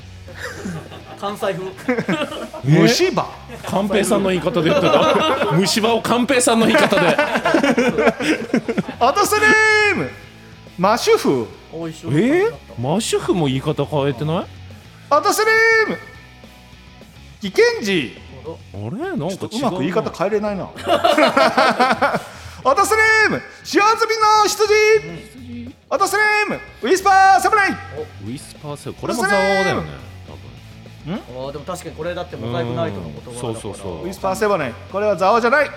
関西風
虫歯
寛平さんの言い方で言ってた虫歯を寛平さんの言い方で
アートスリームマシュフ
おいしょ
えー、マシュフも言い方変えてないあ
アートスリーム危険児
れなんか違うな
ちょっとうまく言い方変えれない なアートスリーム幸せ瓶の羊アートスリームウィスパー侍
ウィスパーセブンこれも蔵王だよね
あーでも確かにこれだってモザイクナイトの言葉だから
うんそうそうそう
ウィスパーセブンこれはザオじゃない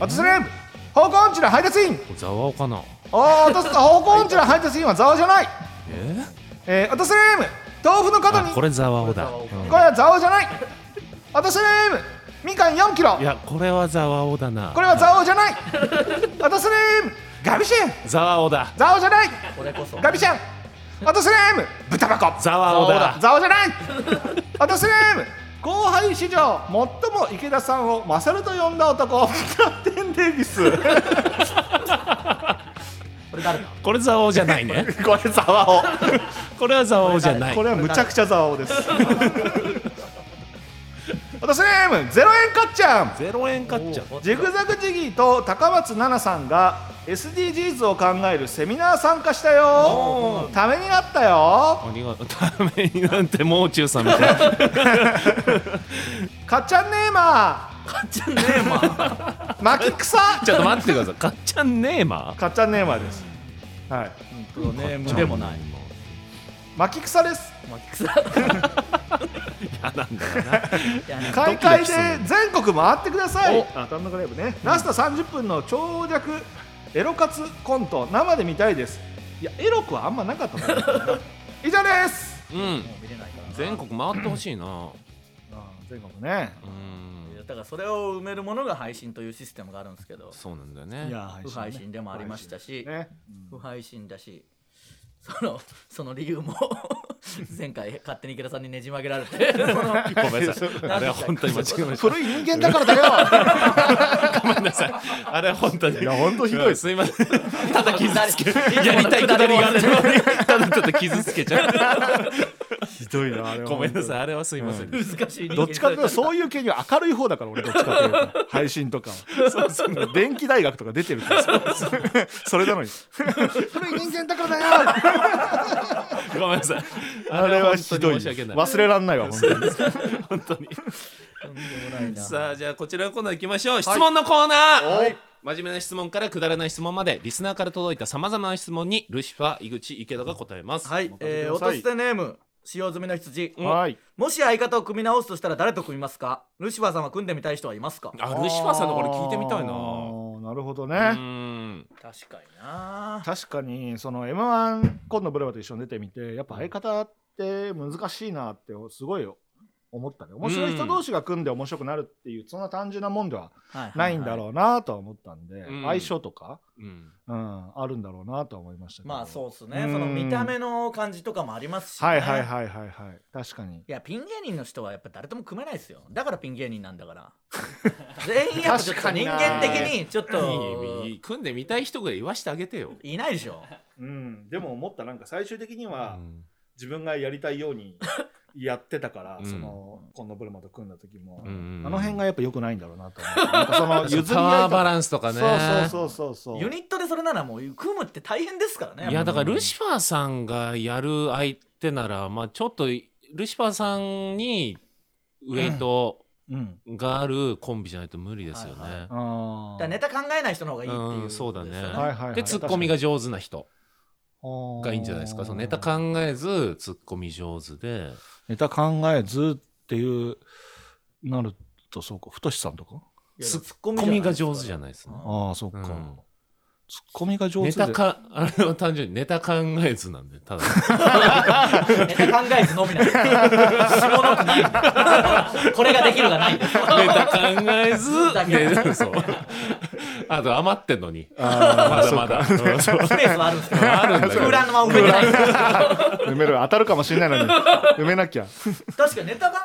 アートスリーム方向音痴の配達員
多分蔵王かな
あーアート ス方向音痴の配達員はザオじゃない
えー、
えー、アートスリーム豆腐の角
あ
に
これ蔵王だ
これ
うん
これはザオじゃないアトスレームみかん4キロ
いやこれは蔵王だな
これはザオじゃないアトスレームガビシェン
蔵王だ
ザオじゃない
これこそ
ガビシェンアトスレーム豚箱
蔵王だ
ザオじゃない アトスレーム後輩史上最も池田さんを勝ると呼んだ男キャプテン・デイビス
これ誰だ
これ蔵王じゃないね
これザワ
これは蔵王じゃな
オ
い
これはむちゃくちゃザワオです アトスレームゼロ円かっちゃん
ゼロ円買っちゃう
ジグザグジギーと高松菜奈さんが SDGs を考えるセミナー参加したよためになったよ
ありがとうためになんてもう中さんみたいな
かっちゃんねーまー 巻き草
ちょっと待ってくださいかっちゃんねえま
かっちゃんねーまーですはい
プロネームでもない
巻き草です
嫌なんだよな
開会で全国回ってください
お
あ単独ライブねラスト30分の長尺エロ活コント生で見たいですいやエロくはあんまなかったんだけ どな以上です
うん
見れないから
全国回ってほしいな
あー全国ね
うん
いやだからそれを埋めるものが配信というシステムがあるんですけど
そうなんだよね
不配信でもありましたし、
ね
不配信だしそのその理由 も前回勝手に池田さんにねじ曲げられ てその
ごめんなさいあれは本当に間違えました
古い人間だからだよ
ごめんなさいあれは本当にいや本当ひ
どい
すいませんただ傷つけやりたいくだりがあるのにただちょっと傷つけちゃ
ひどいなあれ
う
は
ごめんなさいあれはすいません
難しい人間
どっちかというとそういう系には明るい方だから俺どっちかというと配信とかは電気大学とか出てるから それなのに古い人間だからだよ
ごめんなさい
あれはひどい
本当に申し訳ない
忘れらんないわ本当に
本当に
とんでもない な
さあじゃあこちらのコーナー行きましょう、質問のコーナー真面目な質問からくだらない質問までリスナーから届いたさまざまな質問にルシファー井口池田が答えます、
はい、えー、
お任
落と
せ
し
くだ
てネーム使用済みの羊、
はい
もし相方を組み直すとしたら誰と組みますかルシファーさんは組んでみたい人はいますか
あルシファーさんのこれ聞いてみたい
あ
な
ーなるほど
う
ね
ん
確かにな
確かにその m 1今度ブレバと一緒に出てみてやっぱ相方って難しいなってすごい思ったね面白い人同士が組んで面白くなるっていうそんな単純なもんではないんだ
う
ろうなとは思ったんで、
うん
相性とか、
うん
うん、あるんだろうなとは思いましたけど
まあそうです
う
ね
ん
その見た目の感じとかもありますし、ね、
はいはいはいはいはい確かに
いやピン芸人の人はやっぱ誰とも組めないですよだからピン芸人なんだから 全員やっぱちょっ
確
と
かに
人
な
間的にちょっと
いいいい組んでみたい人ぐらい言わしてあげてよ、
いないでしょ
うんでも思ったなんか最終的に
う
は、
ん
自分がやりたいようにやってたから、
うん
その今度ブルマと組んだ時も、
うん
あの辺がやっぱ良くないんだろうなと思ってなんか その譲り合いと
パワーバ
ン
ランスとかね
そうそうそうそう
ユニットでそれならもう組むって大変ですからね
いやだからルシファーさんがやる相手ならまあちょっとルシファーさんにウエイト
うん
があるコンビじゃないと無理ですよ
はいは
ね。
あ
だ
ー
からネタ考えない人の方がいいっていう、
うんそうだね
ですよ
はいはいはい
でツッコミが上手な人がいいんじゃないですかそのネタ
考
考えずツッコミ上手で
ネタ考えずっていうなるとそうか太さんとか
いや
ツッ
ツッコ
ツッコミが上手じゃ
い
ないですね。
ああそっ
う
か、
ん
ツッコミが上
ネ
手で
タかあれは単純にネタ考えずなんでただ
ネタ考えずのみなの下の句ないんだこれができるがないんだ
ネタ考えず
だけ
でそうあと余ってんのにま
あ
だまだうんそう
スペースはあるんですけど
あるんだよ
空欄のまま埋 めてない
埋める当たるかもしれないのに埋めなきゃ
確かにネタ考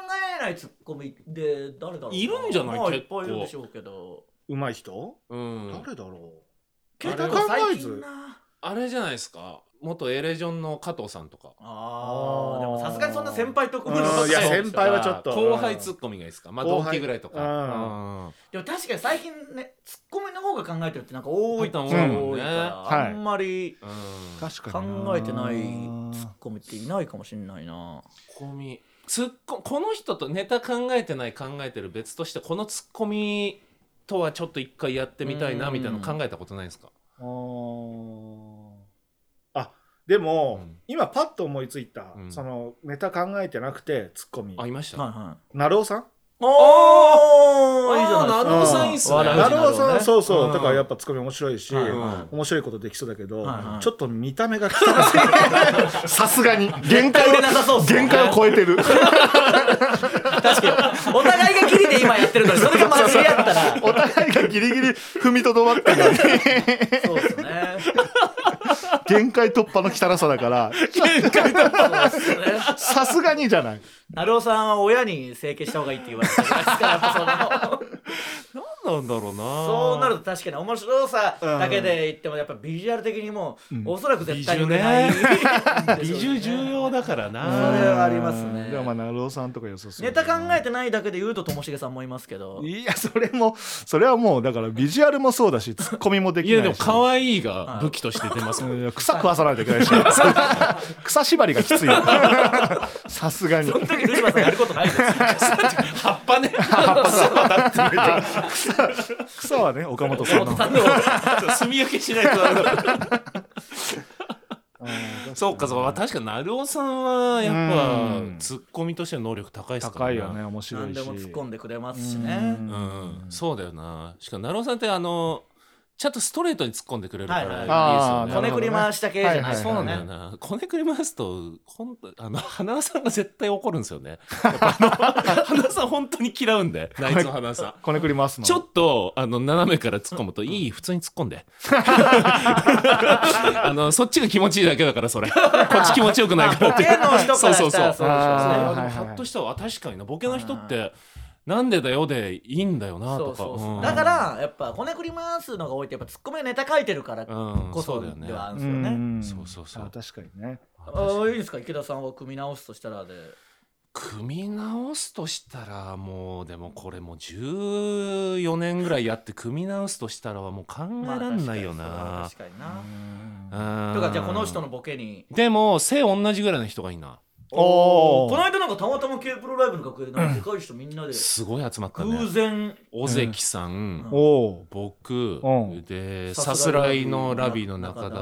えないツッコミで誰だろう
いるんじゃない
まあい
結
っぱ
構
いいるでしょうけど
う
うまい人、
うん、
誰だろ
結
あれ
構最近な
あれじゃないですか元エレジョンの加藤さんとか
あーでもさすがにそんな先輩とこ
う
ろの
んいや先輩はちょっと
後輩ツッコミがいいですかまあ
後
同
輩
期ぐらいとか
でも確かに最近ねツッコミの方が考えてるってなんか多い
多い
と
思う
多いから
はい
あんまり
うんうんツッ
確
考えてないツッコミっていないかもしれないな
コミツッコこの人とネタ考えてない考えてる別としてこのツッコミとはちょっと一回やってみたいなみたいなの考えたことないですか
あーあでも、
うん
今パッと思いついた、
うん
そのネタ考えてなくてツッコミ
あいました
はいはい
なるおさん
あ
おーいいじゃないですか
なるおさんいいっすね
笑う
な
し
るおさん、
ね
そうそう、
うん
だからやっぱツッコミ面白いし、
はい
はい
面白いことできそうだけど、
はいはい
ちょっと見た目が汚いさすがに限界
売れなさそうっすね
を超えてる
確かにお互いがギリで今やってるのにそれが混じり合ったら
お互いがギリギリ踏みとどまってるのに
そうですね
限界突破の汚さだから
そうですね
さすがにじゃない
なるおさんは親に整形した方がいいって言われてるじゃないですかやっぱその
何なんだろうな
そうなると確かに面白さだけで言ってもやっぱビジュアル的にもう、おそらく絶対に売れない
ビジュね
でしょ
美獣
うね
重要だから
それ
な
はありますね
でもまあなるおさんとか良さそう
ネタ考えてないだけで言うとともしげさんもいますけど
いやそれもそれはもう だからビジュアルもそうだしツッコミもでき
い
ないし
やでも可愛いが武器として出ますもん
うん草食わさないといけないし草縛りがきついよ さすがに
その時ルシファーさんやることないですよ
葉っぱね
草はね岡本さんの
なんでも
炭焼けしないとダメだそうかそうか確かに成尾さんはやっ
うん
ぱツッコミとしての能力高いですから
高いよね面白
何
いし
でも突っ込んでくれますしね
うん
うんそうだよなしかも成尾さんってあのちゃんとストレートに突っ込んでくれるからいい
はい
です
はい
よ
あー
ね
こねくり回した系じゃないです
そ
か
う
ら
な
ね
んだよな。こねくり回すと、ほんあの、花輪さんが絶対怒るんですよね。やっぱあの花輪さん本当に嫌うんで、ナイツの花輪さん。
こねくり回すの
ちょっと、あの、斜めから突っ込むと、いい、普通に突っ込んで。 あの、そっちが気持ちいいだけだから、 それ。こっち気持ちよくないからって
ボ
い
ケ
う。
の人からしたらそうでしょうね
あ
あ
ー
でも
はいはいはい
ハッとしたわ確かになボケの人ってなんでだよでいいんだよな
そ
と
うそう
か
そううんだからやっぱこねくり回すのが多いってやっぱツッコミはネタ書いてるから
うん
こ
そ
そう
だよね
ではあるん
う
ですよね
ん
そうそうそう
あ確かにね
ああいいですか池田さんは組み直すとしたらで
組み直すとしたらもうでもこれもう14年ぐらいやって組み直すとしたらはもう考えらんないよ
まあ
な
確かにな
うん
とかじゃあこの人のボケに
でも背同じぐらいの人がいいな
おー
この間なんかたまたま K プロライブの楽屋でなんかでかい人みんなで
すごい集まった
偶
ね
然
尾関さん
うん
おお
僕
うん
で
さ
さ
す
す
ら
ら
い
い
の
のラビーの中
う
田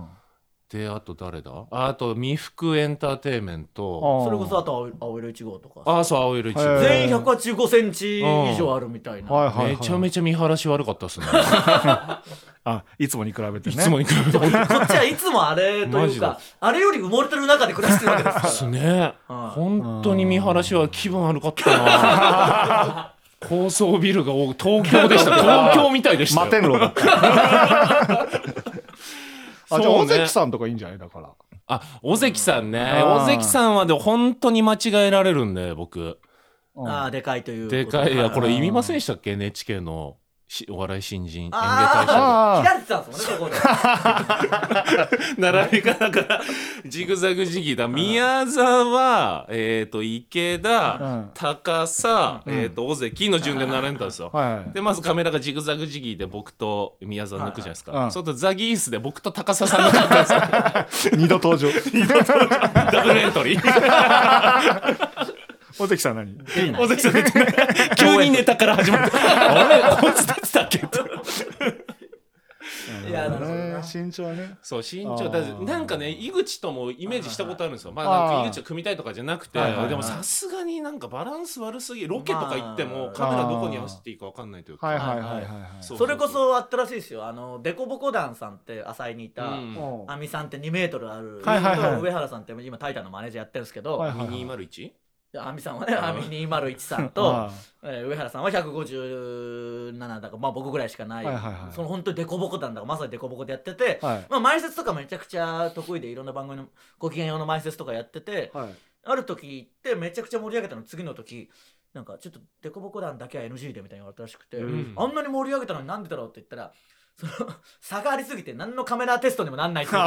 ん
であと誰だああと未服エンターテインメント
ー
それこそあと青い青色1号とか
ああそう青色一
へー
部
全員1 8 5センチ以上あるみたいな、
はいはいはい
めちゃめちゃ見晴らし悪かったっす ね
あいつもに比べて
い
ね
つもに 比べて
こっちはいつもあれと
マ
いう
ジ で
かあれより埋もれてる中で暮らしてるわけですか
で
ら
すね。
はい
本当に見晴らしは気分悪かったな。 高層ビルが多い東京で した。東京みたいでした
摩
よ。
天楼だった あじゃあ
そ
尾
うね
関さんとかいいんじゃないだから
あ、尾関さんね。
うん
尾関さんはでも本当に間違えられるんで、僕。
ああでかいという
でかい。いや、これ
意
意味ませんでしたっけ ?NHK のしお笑い新人演芸大賞。
あ
あ
あ
ー
切られてたんです もんねそこで
並びがだから、ジグザグジギーだ。宮沢、えっと、池
うん
田、高さ、
うん
えっと、尾関の順で並んでたんですよ。
はいはい
でまずカメラがジグザグジギーで僕と宮沢抜くじゃないですか、
はいはいうん
それとザギースで僕と高佐さん抜くんですよ
二度 登場
ダブルエントリー
尾関さん何
尾崎さん出てない急にネタから始まってあれこいつ出てたっけと
いやなるほど
ね
な
身長はね
そう身
あ
長
ー
だなんかね井口ともイメージしたことあるんですよまあ
あー
なんか井口を組みたいとかじゃなくて
はいはいはい
でもさすがになんかバランス悪すぎロケとか行ってもカメラどこに合わせていいか分かんないというか、
はいはいはいはいは
う
それこそあったらしいですよあのデコボコ団さんって浅井にいた、
うん
い
亜美さんって2メートルある、
はいはいはい
上原さんって今タイタンのマネージャーやってるんですけど、
はい
ミニ 201?
で亜美さんはね
うん
亜美201さんと、えー上原さんは157だからまあ僕ぐらいしかない,、
はいはいはい
その本当にデコボコ団だからまさにデコボコでやってて、
はい
まあ、前説とかめちゃくちゃ得意でいろんな番組のご機嫌用の前説とかやってて、
はい
ある時行ってめちゃくちゃ盛り上げたの次の時なんかちょっとデコボコ団だけは NG でみたいに言われたらしくて、
うん
あんなに盛り上げたのになんでだろうって言ったらその 差がありすぎて何のカメラテストにもなんないって いうか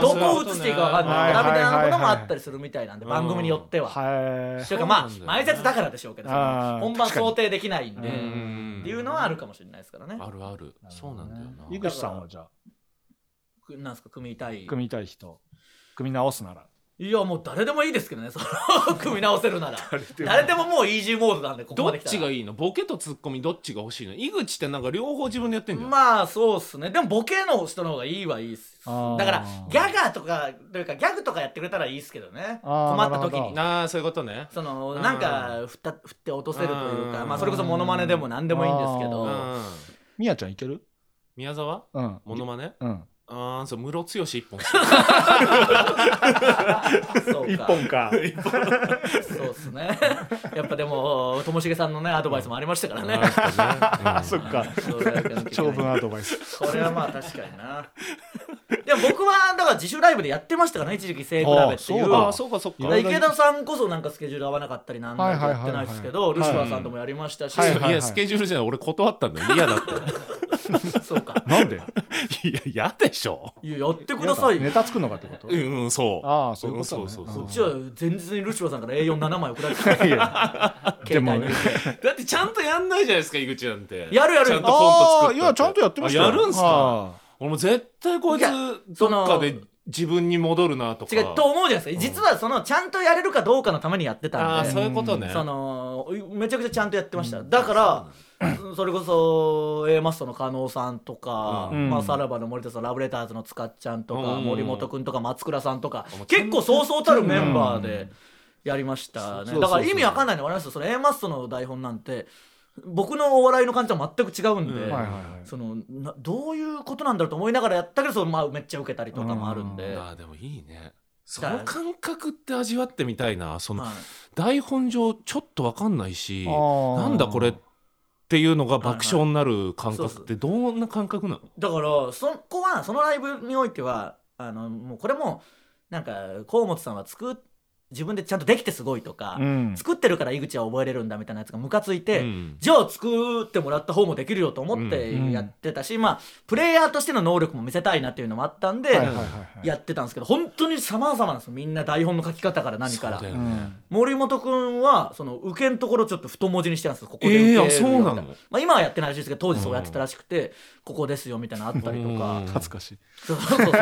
ー
そ
ー
のどこを映していいか分かんないからみ
はいはいはい
たいな
はい
こともあったりするみたいなんで
うん
番組によっては。
はい
というかまあ
そうなんだよ
前
ね
説だからでしょうけどその
あー
本番
確かに
想定できないん
う
で
ん
っていうのはあるかもしれないですからね
あるあるそうなんだよな
井口さんはじゃあ
くなんですか組みたい
組みたい人組み直すなら
いやもう誰でもいいですけどねその組み直せるなら誰でももうイージーモードなんでここ
ど
ま
っ
で来たら
ちがいいのボケとツッコミどっちが欲しいの井口ってなんか両方自分でやってんじゃん、
まあそうっすねでもボケの人の方がいいはいいっすだ
あー
からギャガーとかというかギャグとかやってくれたらいいっすけどね
あー
困った
な
時
るほ
に
ど
ああそういうことね
その
うん
なんか振った振って落とせるというか
うん
まあそれこそモノマネでも何でもいいんですけ
う
うん
ど
ん
みやちゃんいける
宮沢
うん
モノマネ
うん
ああそうムロツヨシ一本
そうか
か
そうっすね やっぱでもともしげさんのねアドバイスもありましたからね
あ
そっか
そうだよね
長文アドバイス
これはまあ確かになでも僕はだから自主ライブでやってましたからね一時期セーフラベっていう
あそうだ
あーそうかそうか
だから池田さんこそなんかスケジュール合わなかったりなんだりやってないですけ
は
ど、
いはいはいはい
ルシファーさんともやりましたし、
はい
い
はい
やスケジュールじゃない俺断ったんだよ嫌だっ
そうか
なんで
ていや嫌でしょ
いややってください
ネ
よ
タ作るのかってこと
うんうんそう
ああそういうことね
んそうそう
う
そ
こ
う
っちは前日にルシファーさんから A47 枚送られてきた
いや
携帯に
でも
だってちゃんとやんないじゃないですか井口なんて
やるやる
ちゃんとコント作
あ
った
あいやちゃんとやってましたよ
あやるんすか
は
俺も絶対こい
い
つ
や
ど
そ
っ
の
かで自分に戻るなとか
違うと思うじゃないですか実はそのちゃんとやれるかどうかのためにやって
あ
た
あ
んで、
そういうことね
そのめちゃくちゃちゃんとやってました、だからそれこそ A マストの加納さんとか、
うん
まあ、さらばの森田さんラブレターズのつかっちゃんとか、
うん
森本君とか松倉さんとか、
うん
結構そうそうたるメンバーでやりましたね、
うん
だから意味わかんないの分かりますよその A マストの台本なんて僕のお笑いの感じは全く違うんで、
うん
いはいは
そのなどういうことなんだろうと思いながらやったけどその、まあ、めっちゃ受けたりとかもあるんで。
うん
ああでもいいねそ
だから
の感覚って味わってみたいなその
はい
台本上ちょっとわかんないし
いああ
なんだこれっていうのが爆笑になる感覚ってどんな感覚なの
だからそこはそのライブにおいてはあのもうこれもなんか河本さんは作っ自分でちゃんとできてすごいとか、
うん
作ってるから井口は覚えれるんだみたいなやつがムカついて、
うん
じゃあ作ってもらった方もできるよと思って
うん
やってたし、まあプレイヤーとしての能力も見せたいなっていうのもあったんで、
はいはいはいはい
やってたんですけど本当に様々なんですよみんな台本の書き方から何から
そうだよ
う
ね
ん
森本君はその受けんところちょっと太文字にしてたんですよここで受け
え
る
え
よ
あそうな
みたい
の
まあ、今はやってないらしいですけど当時そうやってたらしくて、ここですよみたいなのあったりとか、
うん
恥ずかしい
そうそうそう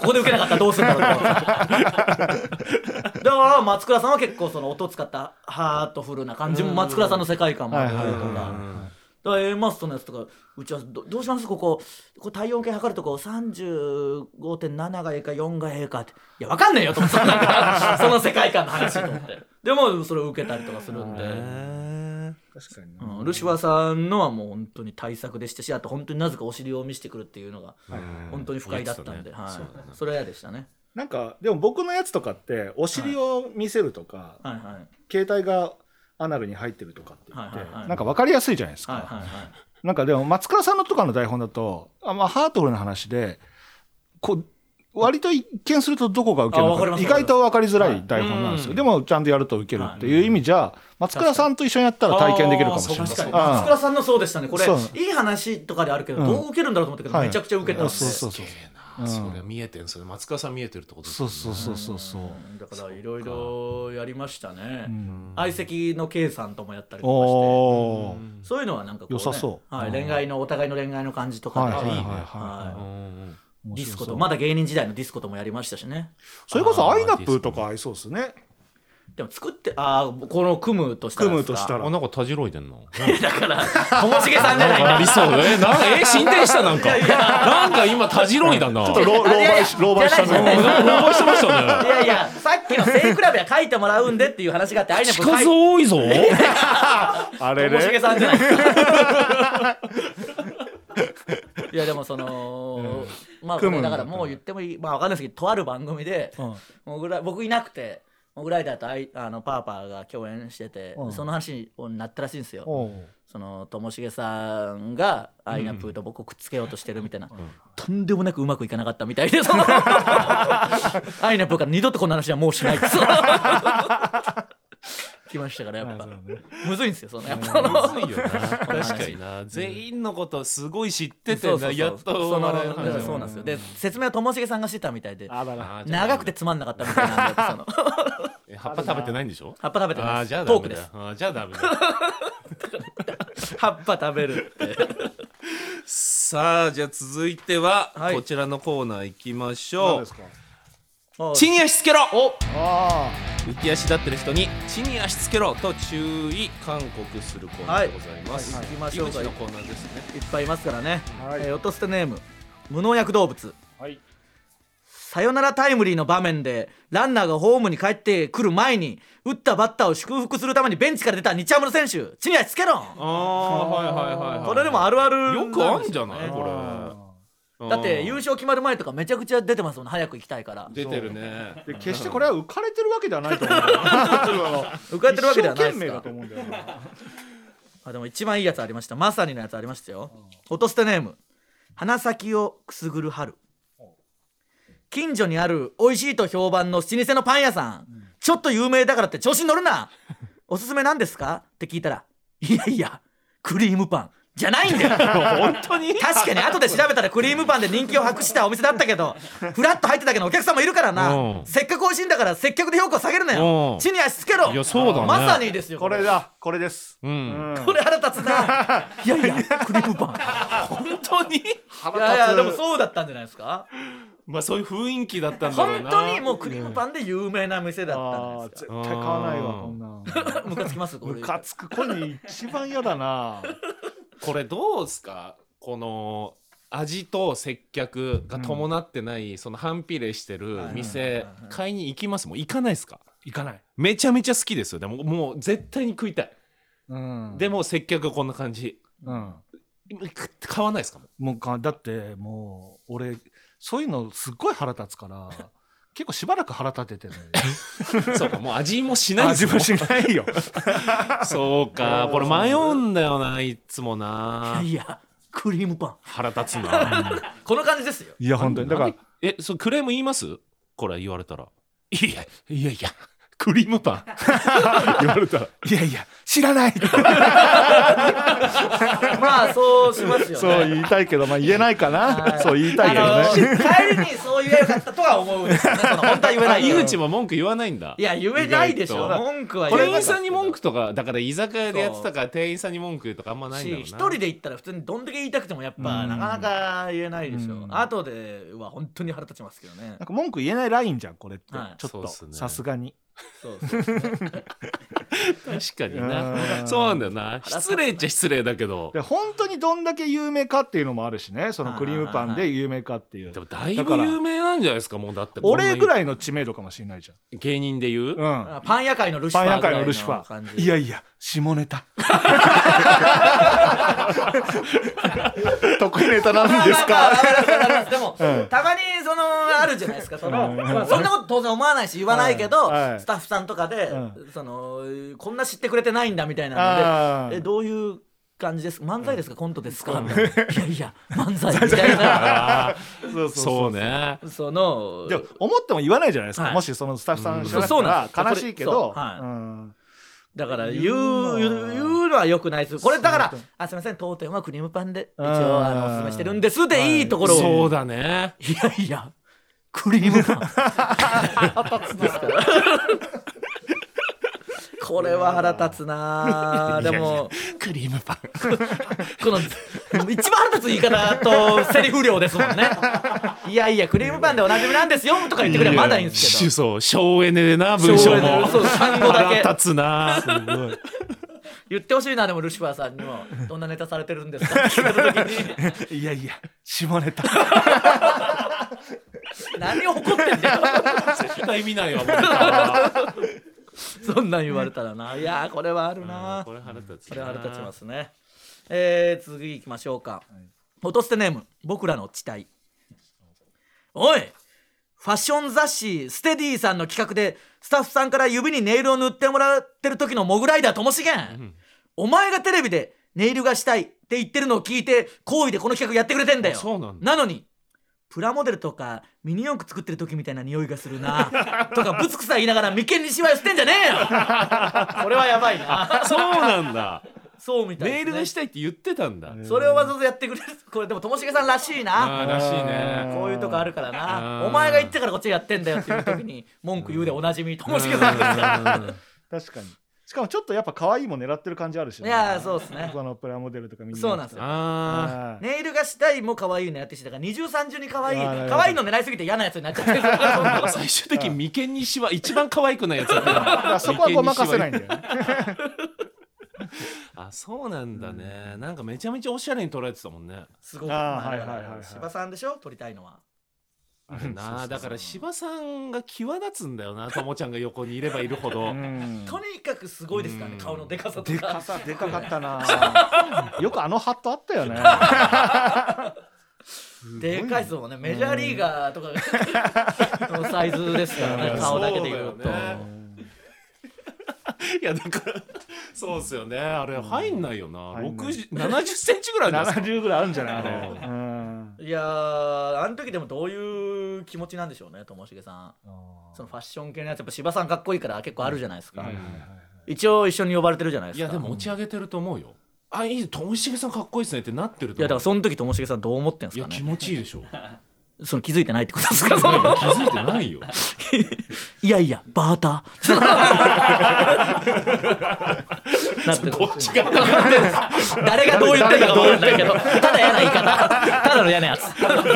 ここで受けなかったらどうするんだろうとかだから松倉さんは結構その音を使ったハートフルな感じも松倉さんの世界観もあったり
はいは
とか、
いはいはい
だから A マストのやつとかうちはどどうしますこここう体温計測るとこ35.7がええか4がええかっていやわかんねえよと思ってそんなその世界観の話と思ってでもそれを受けたりとかするんで。
え
確かにな
うん、ルシファーさんのはもう本当に対策でしたしあと本当になぜかお尻を見せてくるっていうのが本当に不快だったんで、
うん
はい
そうだね
それは嫌でしたね
なんかでも僕のやつとかってお尻を見せるとか
はいはいはい
携帯がアナルに入ってるとかって言って
はいはいはい
なんか分かりやすいじゃないです
はい
か
はいはい
なんかでも松倉さんのとかの台本だとあまあハートフルな話でこう割と一見するとどこが受ける
あわかりま
のか
す
意外と分かりづらい台本なんです
は
よ
い
でもちゃんとやると受けるっていう意味じゃ松倉さんと一緒にやったら体験できるかもしれな
あ
い
ーそう
う
確かに
ん
松倉さんのそうでしたねこれ
そう
いい話とかであるけど、
うん
どう受けるんだろうと思ったけど、
はい
めちゃくちゃ受けたんで、
そうそう
す
そう
げえ
うん
なそれ見えてんそれ松川さん見えてるってことです
そ
も
う
ね
んそうそうそうそう
うんだからいろいろやりましたね
うん
相席の K さんともやったりとかして
お
う
ー
ん
そういうのはなんかこう、ね、
良さそう
はい、
うん
恋愛のお互いの恋愛の感じとか
はい
で、
はいはいはい
は
うんうん
面白そう
ディスコとまだ芸人時代のディスコともやりましたしね
それこそアイナップとか合いそうですね
でも作ってああこの組むとしたら
組
で
む
すか
としたら
あなんかたじろいでんの
だからともしげさんじゃないんだ
ありそうえなんかえ進展したなんかなんか今たじろいだな
ちょっと老老媒し老媒した
じゃない
ね
じゃない
老婆してました
い
ね
やいや、さっきの性比べは書いてもらうんでっていう話があって、アイナ
近
プ書いて、
づ多いぞ
あれ
ともしげ
れ
さんじゃないですか。いやでもその、まあこ
組む
れ
んだ
だ
ったら
からもう言ってもいいまあわかんないですけどとある番組で、
うん
モグラ僕いなくてモグライダーとアイあのパーパーが共演してて、
うん
その話になったらしいんですよ、
おう
そのともしげさんがアイナプーと僕をくっつけようとしてるみたいな、とんでもなくうまくいかなかったみたいでそのアイナプーから二度とこんな話はもうしないってそのきましたからやっ
ま
ぱ
あそうね
むずいんですよそのやっぱあの
むずいよな
はい
確かにな全員のことすごい知ってて
そうそうそ
な
う
やっと
その
笑える
話だよね
そうなんですよで説明はともしげさんがしてたみたいで
あだら
あーじゃあ
長くてつまんなかったみたいなんでやっぱその
え葉っぱ食べてないんでしょ
葉っぱ食べて
あ
ま
ー
す
じゃあダメだ
トークです
あーじゃあダメだ
葉っぱ食べるって
さあじゃあ続いては
はい
こちらのコーナー行きまし
どう
ょ
で
う
すか
もう
地に足つけろ
あ
浮き足立ってる人に地に足つけろと注意勧告するコーナーでございます
はい行きまし
井
ょうか
口のコーナーですね
いっぱいいますからね、
あはい
えー落としてネーム無農薬動物
はい
サヨナラタイムリーの場面でランナーがホームに帰ってくる前に打ったバッターを祝福するためにベンチから出た日ハムの選手地に足つけろ
ああはいはいはいはい
これでもあるある
よくあんじゃない
ね
こ
あ
れ
だって優
勝
勝決まる前とかめちゃくちゃ出てますもんね早く行きたいから
出てるね
ーで決してこれは浮かれてるわけではないと思うんだよな
浮かれてるわけではない
一生
で
懸命
すか
だ
ら
と思うんだよな
あでも一番いいやつありましたまさにのやつありましたよ落としてネーム鼻先をくすぐる春近所にある美味しいと評判の老舗のパン屋さん、ちょっと有名だからって調子に乗 るなおすすめなんですかって聞いたらいやいやクリームパンじゃないんだ よ本当に確かに後で調べたらクリームパンで人気を博したお店だった けどフラッと入ってたけどお客さんもいるからな、
うん
せっかく美味しいんだから接客で評価を下げるなよ、
うん
地に足つけろ
いやそうだね
まさにですよ
これだこれです
うん
これ腹立つな。いやいや、クリームパン。
本当に
腹 立つ
いやいや、でもそうだったんじゃないですか。
まあそういう雰囲気だったんだろう
本
な
当にもうクリームパンで有名な店だった
あ
ん
ー
です
絶
か。
対買わないわこんな
ムカつきます。これ
ムカつくこに一番嫌だな
これどうすかこの味と接客が伴ってない、その反比例してる店、買いに行きますもう行かないですか
行かない
めちゃめちゃ好きですよでももう絶対に食いたい、
うん
でも接客がこんな感じ
うん
く買わない ですかも
もうかだってもう俺そういうのすっごい腹立つから結構しばらく腹立ててる
うそうかもう味もしないですもん
ないよ
そうかこれ迷うんだよないつも
い
な
やいや、クリームパン。
腹立つ な
この感じですよ。
いや本当にだから
えそうクレーム言いますこれ言われたらいやいやいやクリームパン 言われたら
いやいや知らない
まあ、そうしますよ
そう
ね。
言いたいけどまあ言えないか
は
な
い
そう言いたいけ
あの
どね
帰りにそう言えよかったとは思うんですよね。その本当は言えな
あ
いけ
井
ど。
口も文句言わないんだ
いや、言えないでしょ。
意外と
文句は
こ
言
れ
えな
店員さ
かった
んに文句とかだから居酒屋でやってたから店員さんに文句とかあんまないんだ
し
ろうな
一人で行ったら普通にどんだけ言いたくてもやっぱ
うん
なかなか言えないでしょ、
うん
後では本当に腹立ちますけどね
なんか文句言えないラインじゃんこれって、
はい
ちょっ
そう
と
っすね
さすがに
そうそうそう
確かにな
うん
そうなんだよな失礼っちゃ失礼だけど
で本当にどんだけ有名かっていうのもあるしねそのクリームパンで有名かっていう
でもだい
だ
ぶ
から
有名なんじゃないですかもうだって
俺ぐ
い
らいの知名度かもしれないじ
芸人で言う、
ゃん、うん、
あパン屋界のルシフ
パ
ァー
ン屋
ぐら
界
い
のルシファ
感
ー
じ
いやいや下ネタ得意ネタなんです
まあま
か
あまあまあまあまあで も、
うん
たまにそのあるじゃないですかその、
うん
まあそんなこと当然思わないし言わないけど、
はいはい
スタッフさんとかで、
う
そのこんな知ってくれてないんだみたいな
あ
のでえ
ー
どういう感じです漫才ですか、コントですかみたいないやいや漫才 みたいな
あ
そう
ーそうね
その
でも思っても言わないじゃないですか、
はい
もしそのスタッフさん知らな
そ
か
うな
っ
んです
た
よ
ら悲しいけど
これそうはい
うん
だから言
言う
う
の
言う言うのはよくないですこれだから
そう
「あすいません当店はクリームパンで一
うん
応あのおすすめしてるんです」でいいところを、い、
そうだね
やいやクリームパンですから これは腹立つなあでも
クリームパン
この一番腹立つ言い方とセリフ量ですもんねいやいやクリームパンでおなじみなんですよとか言ってくればまだいいんですけど
そう省エネでな文章
省エネ
も
そう単語だけ
腹立つな
言ってほしいなでもルシファーさんにもどんなネタされてるんですかって聞いた時に
いやいや下 ネタ
何怒ってんだよ
絶対見ないわ
そんなん言われたらないやーこれはあるな
これ腹立つ
これは腹立ちますすねえー、次行きましょうか落としてネーム僕らの地帯おいファッション雑誌ステディさんの企画でスタッフさんから指にネイルを塗ってもらってる時のモグライダーともしげん、お前がテレビでネイルがしたいって言ってるのを聞いて好意でこの企画やってくれてんだよ
あそうなん
なのにプラモデルとかミニ四駆作ってる時みたいな匂いがするなとかぶつくさ言いながら眉間にしわ寄せてんじゃねえよ これはやばいな
そうなんだ
そうみたい
ネイル
で
ですした
ね
いって言ってたんだ
うん
それをわざわざやってくれるこれでもともしげさんらしい
あー
な
らしい
ー
ね
こういうとこあるから
う
なんお前が言ってからこっちがやってんだよっていう時に文句言うでおなじみともしげさんですから
うん
確かにしかもちょっとやっぱ可愛いも狙ってる感じあるしね
いやーそうっすね
このプラモデルとかみんな
そうなんですよ
あ
はい
ネイルがしたいも可愛いのやってしたから二重三重に可愛
あーなるほ
い
ど
可愛いの狙いすぎて嫌なやつになっちゃってるから
あ最終的に眉間にしわ一番可愛くないやつだった
だからそこはごまかせないんだよね
あそうなんだね、なんかめちゃめちゃおしゃれに捉えてたもんね
すごく
あー
まあだか
はいはいはいは
ら
い
芝さんでしょ撮りたいのは
あれ
そうそう
な
そ
あ
う
だから芝さんが際立つんだよなともちゃんが横にいればいるほど
うん
とにかくすごいですからね
うん
顔のでかさと
で
か
かさでかかったな よくあのハットあった よねあ
でかいですもんねメジャーリーガーとかがのサイズですから
いや
ね顔だけで言う
そう
と
だよねいやだからそうっすよねあれ入んないよな、
入んない
60 70センチぐらいあるんですか
70ぐらいあるんじゃないあれ
う
うん
いやーあの時でもどういう気持ちなんでしょうねともしげさんそのファッション系のやつやっぱ芝さんかっこいいから結構あるじゃないですか、
うん
一応一緒に呼ばれてるじゃないです
いや
か
でも持ち上げてると思うよあいいともしげさんかっこいいですねってなってる
い
と思う
やだからその時ともしげさんどう思ってんす
い
か
や
ね
気持ちいいでしょい
その気づいてないってことですか
や
そ
いや
の
気づいてないよ
いやいやバータ ーなってる
こっちがな
誰がどう言ってんのか分かんないけどただ嫌な言い方ただの嫌なやつ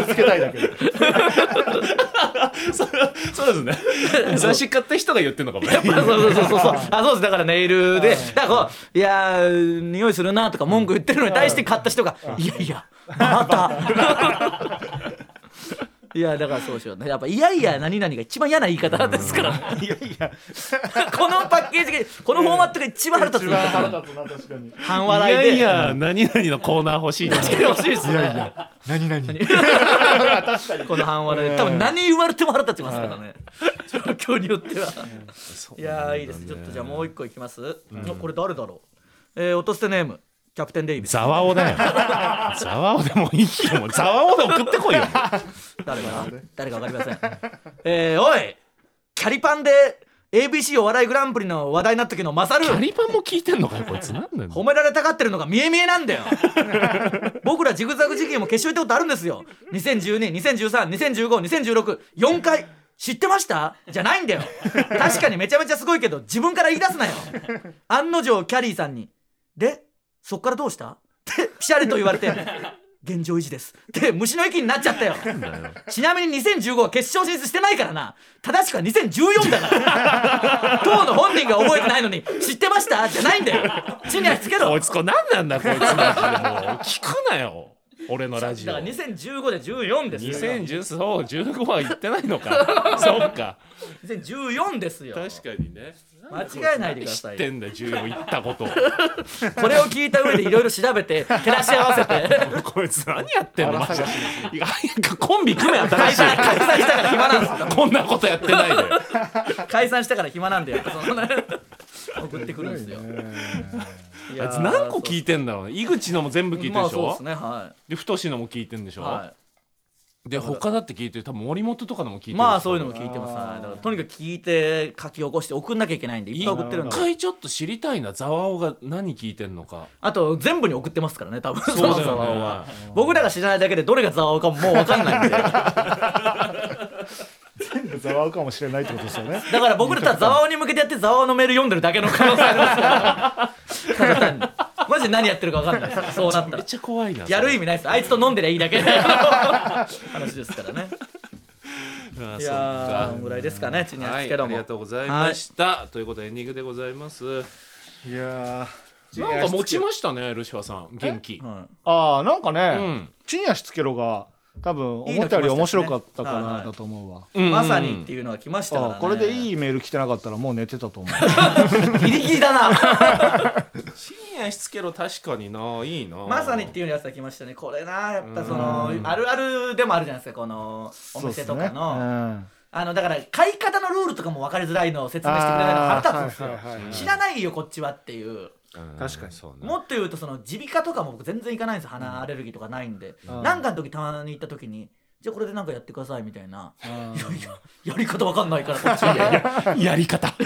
つけたいだけで
そうそう ですね雑誌買った人が言ってんのかもね
そうそうそうそう。あ、そうです。だからネイルで、だからこう、いやー、匂いするなとか文句言ってるのに対して買った人が、いやいや、また。いやだからそうしようねやっぱ「いやいや何々」が一番嫌な言い方ですからね
いやいや
このパッケージがこのフォーマットが一番腹立つ
一
言い
番腹
方
立つな確かに
半笑いで
いやいや何々のコーナー欲しいな
つけてほしいですね
何々
この半笑いで多分何言われても腹立ちますからね状況によってはいやーいいですちょっとじゃあもう一個いきますあこれ誰だろうえー落と捨てネームキャプテンデイビス
ざわお だよ。ざわおでもいいよ。もうざわおで送ってこいよ。
誰か誰か分かりませんえー、おいキャリパンで ABC お笑いグランプリの話題になった時のマサル
カリパンも聞いてんのかよ、こいつ。なんなんだよ
褒められたがってるのが見え見えなんだよ僕らジグザグ事件も決勝行ったことあるんですよ2012201320152016回知ってましたじゃないんだよ確かにめちゃめちゃすごいけど自分から言い出すなよ案の定キャリーさんに「でそっからどうした?」ってピシャリと言われて「現状維持です」って虫の息になっちゃったよちなみに2015は決勝進出してないからな正しくは2014だから当の本人が覚えてないのに「知ってました?」じゃないんだよ地に足つけろ
こいつ、これ何なんだ、こいつ。マジでもう聞くなよ。俺のラジ
だ
オ
から。2015で14ですよ
2010そう15は言ってないの かそうか
2014ですよ
確かにね
間違えないでください
知ってんだ14言ったこと
これを聞いた上でいろいろ調べて照らし合わせて
こいつ何やってんのマジでいや早くコンビ組め 新しい
解散したから暇なんです
こんなことやってないで
解散したから暇なんだよそのね送ってくるんですよい
あいつ何個聞いてんだろうね井口のも全部聞いてる
まあ
でし
そうで
ょ
すねは
で太のも聞いてんでし
い、
ょ
は
で他だって聞いてる多分森本とかのも聞いて
い、
る
まあそういうのも聞いてますはいだからとにかく聞いて書き起こして送んなきゃいけないんでいっぱい送ってるんで
一回ちょっと知りたいなざわおが何聞いてんのか
あと全部に送ってますからね多分そう
だよね
のざわおは僕らが知らないだけでどれがざわおかももう分か んないんで
ざわうかもしれないってことですよね
だから僕らただざわおに向けてやってざわおのメール読んでるだけの可能性ありますからただ単にマジで何やってるか分かんないですそうなった
めっ
ら
ちゃ怖いな
やる
い
意味ないですあいつと飲んでりゃいいだけ話ですからね
や
いやーこんぐらいですかねちに
は
ゃつ
い
け
あ
ど
り
も、
がとうございました、ということでエンディングでございます
いやー
なんか持ちましたねルシファーさん元気
は
ああなんか
う
ね
ん
ちんやしつけろが多分思ったより面白かったからだと思うわ
いまさにっていうのが来ましたから、ね
あ、これで
い
いいメール来てなかったらもう寝てたと思う
ギリギリだな
深夜しつけろ確かにないいな
まさにっていうやつが来ましたねこれなやっぱそのあるあるでもあるじゃないですかこのお
そうっす
店
ね
とかの、
うん
あのだから買い方のルールとかも分かりづらいのを説明してくれないの腹立つんですよ、
あーはいはいはい
知らないよこっちはっていう
うん
確かに
そうね
もっと言うとその耳鼻科とかも僕全然行かないんですよ鼻アレルギーとかないんで、
ん
なんかの時たまに行った時にじゃあこれでなんかやってくださいみたいな、いやいややり方わかんないからこっちや
やり方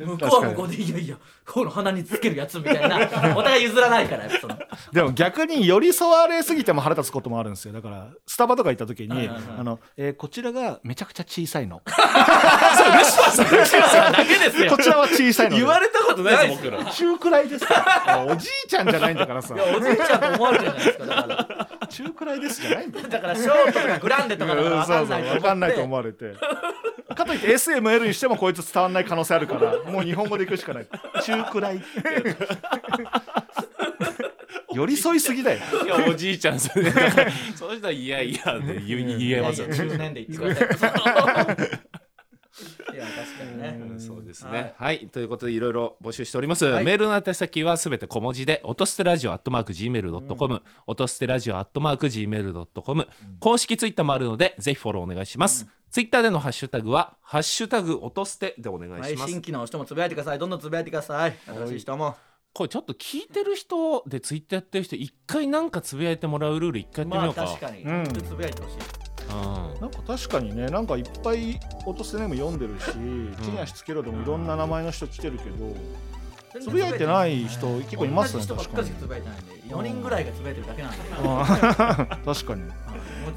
向こうは向こうでいやいやこの鼻につけるやつみたいなお互い譲らないからやっぱその
でも逆に寄り添われすぎても腹立つこともあるんですよだからスタバとか行った時
はい
に、
はいはい
あのえーこちらがめちゃくちゃ小さいの
だけですよ
こちらは小さいの
言われたことないです僕ら
中くらいですからおじいちゃんじゃないんだからさ
いやおじいちゃんと思われてるじゃないですかだから
中くらいですじゃないんだよ
だからショートとかグランデとかだから
そう
分
そう
か
分
んな
か
い
ん
と思っ
ない
て
と思われてかといって SML にしてもこいつ伝わんない可能性あるからもう日本語でいくしかない中くらい 寄り添いすぎだよ
いやおじいちゃん それだからそうしたら「いやいや」って言え言えますよ
いやいや10年で言ってくださいいや確かにね
うんそうです
は
ね
い。
はい、ということでいろいろ募集しております。
い
メールの宛先はすべて小文字で、音捨てラジオアットマーク gmail.com、音捨てラジオアットマーク gmail.com、公式ツイッターもあるので、ぜひフォローお願いします。ツイッターでのハッシュタグは、ハッシュタグ音捨てでお願いし
はい、
ます
新。規の人もつぶやいてくださいどんどんつぶやいてください新しい人も
これちょっと聞いてる人でツイッターやってる人、一回なんかつぶやいてもらうルール一回やってみ
ま
よ
あ
うか。
確かに、
うん
つぶやいてほしい
うん
なんか確かにねなんかいっぱい音捨てネーム読んでるし「地に足つけろ」でもいろんな名前の人来てるけどつぶやいてない人結構いますね
同じ人ばっかりしかつぶやいてないんで4人ぐらいがつぶやいてるだけなんで、
うん 確かに
もう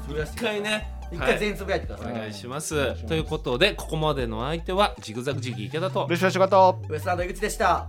つぶやいて
一回ね。
一
はい
回全員つぶやいてくだ
お
さい、
願いしま
お願
す
いしま。す
ということで、ここまでの相手は、ジグザグジギー池田と
ル、シファー仕方
ウエストランド井口でした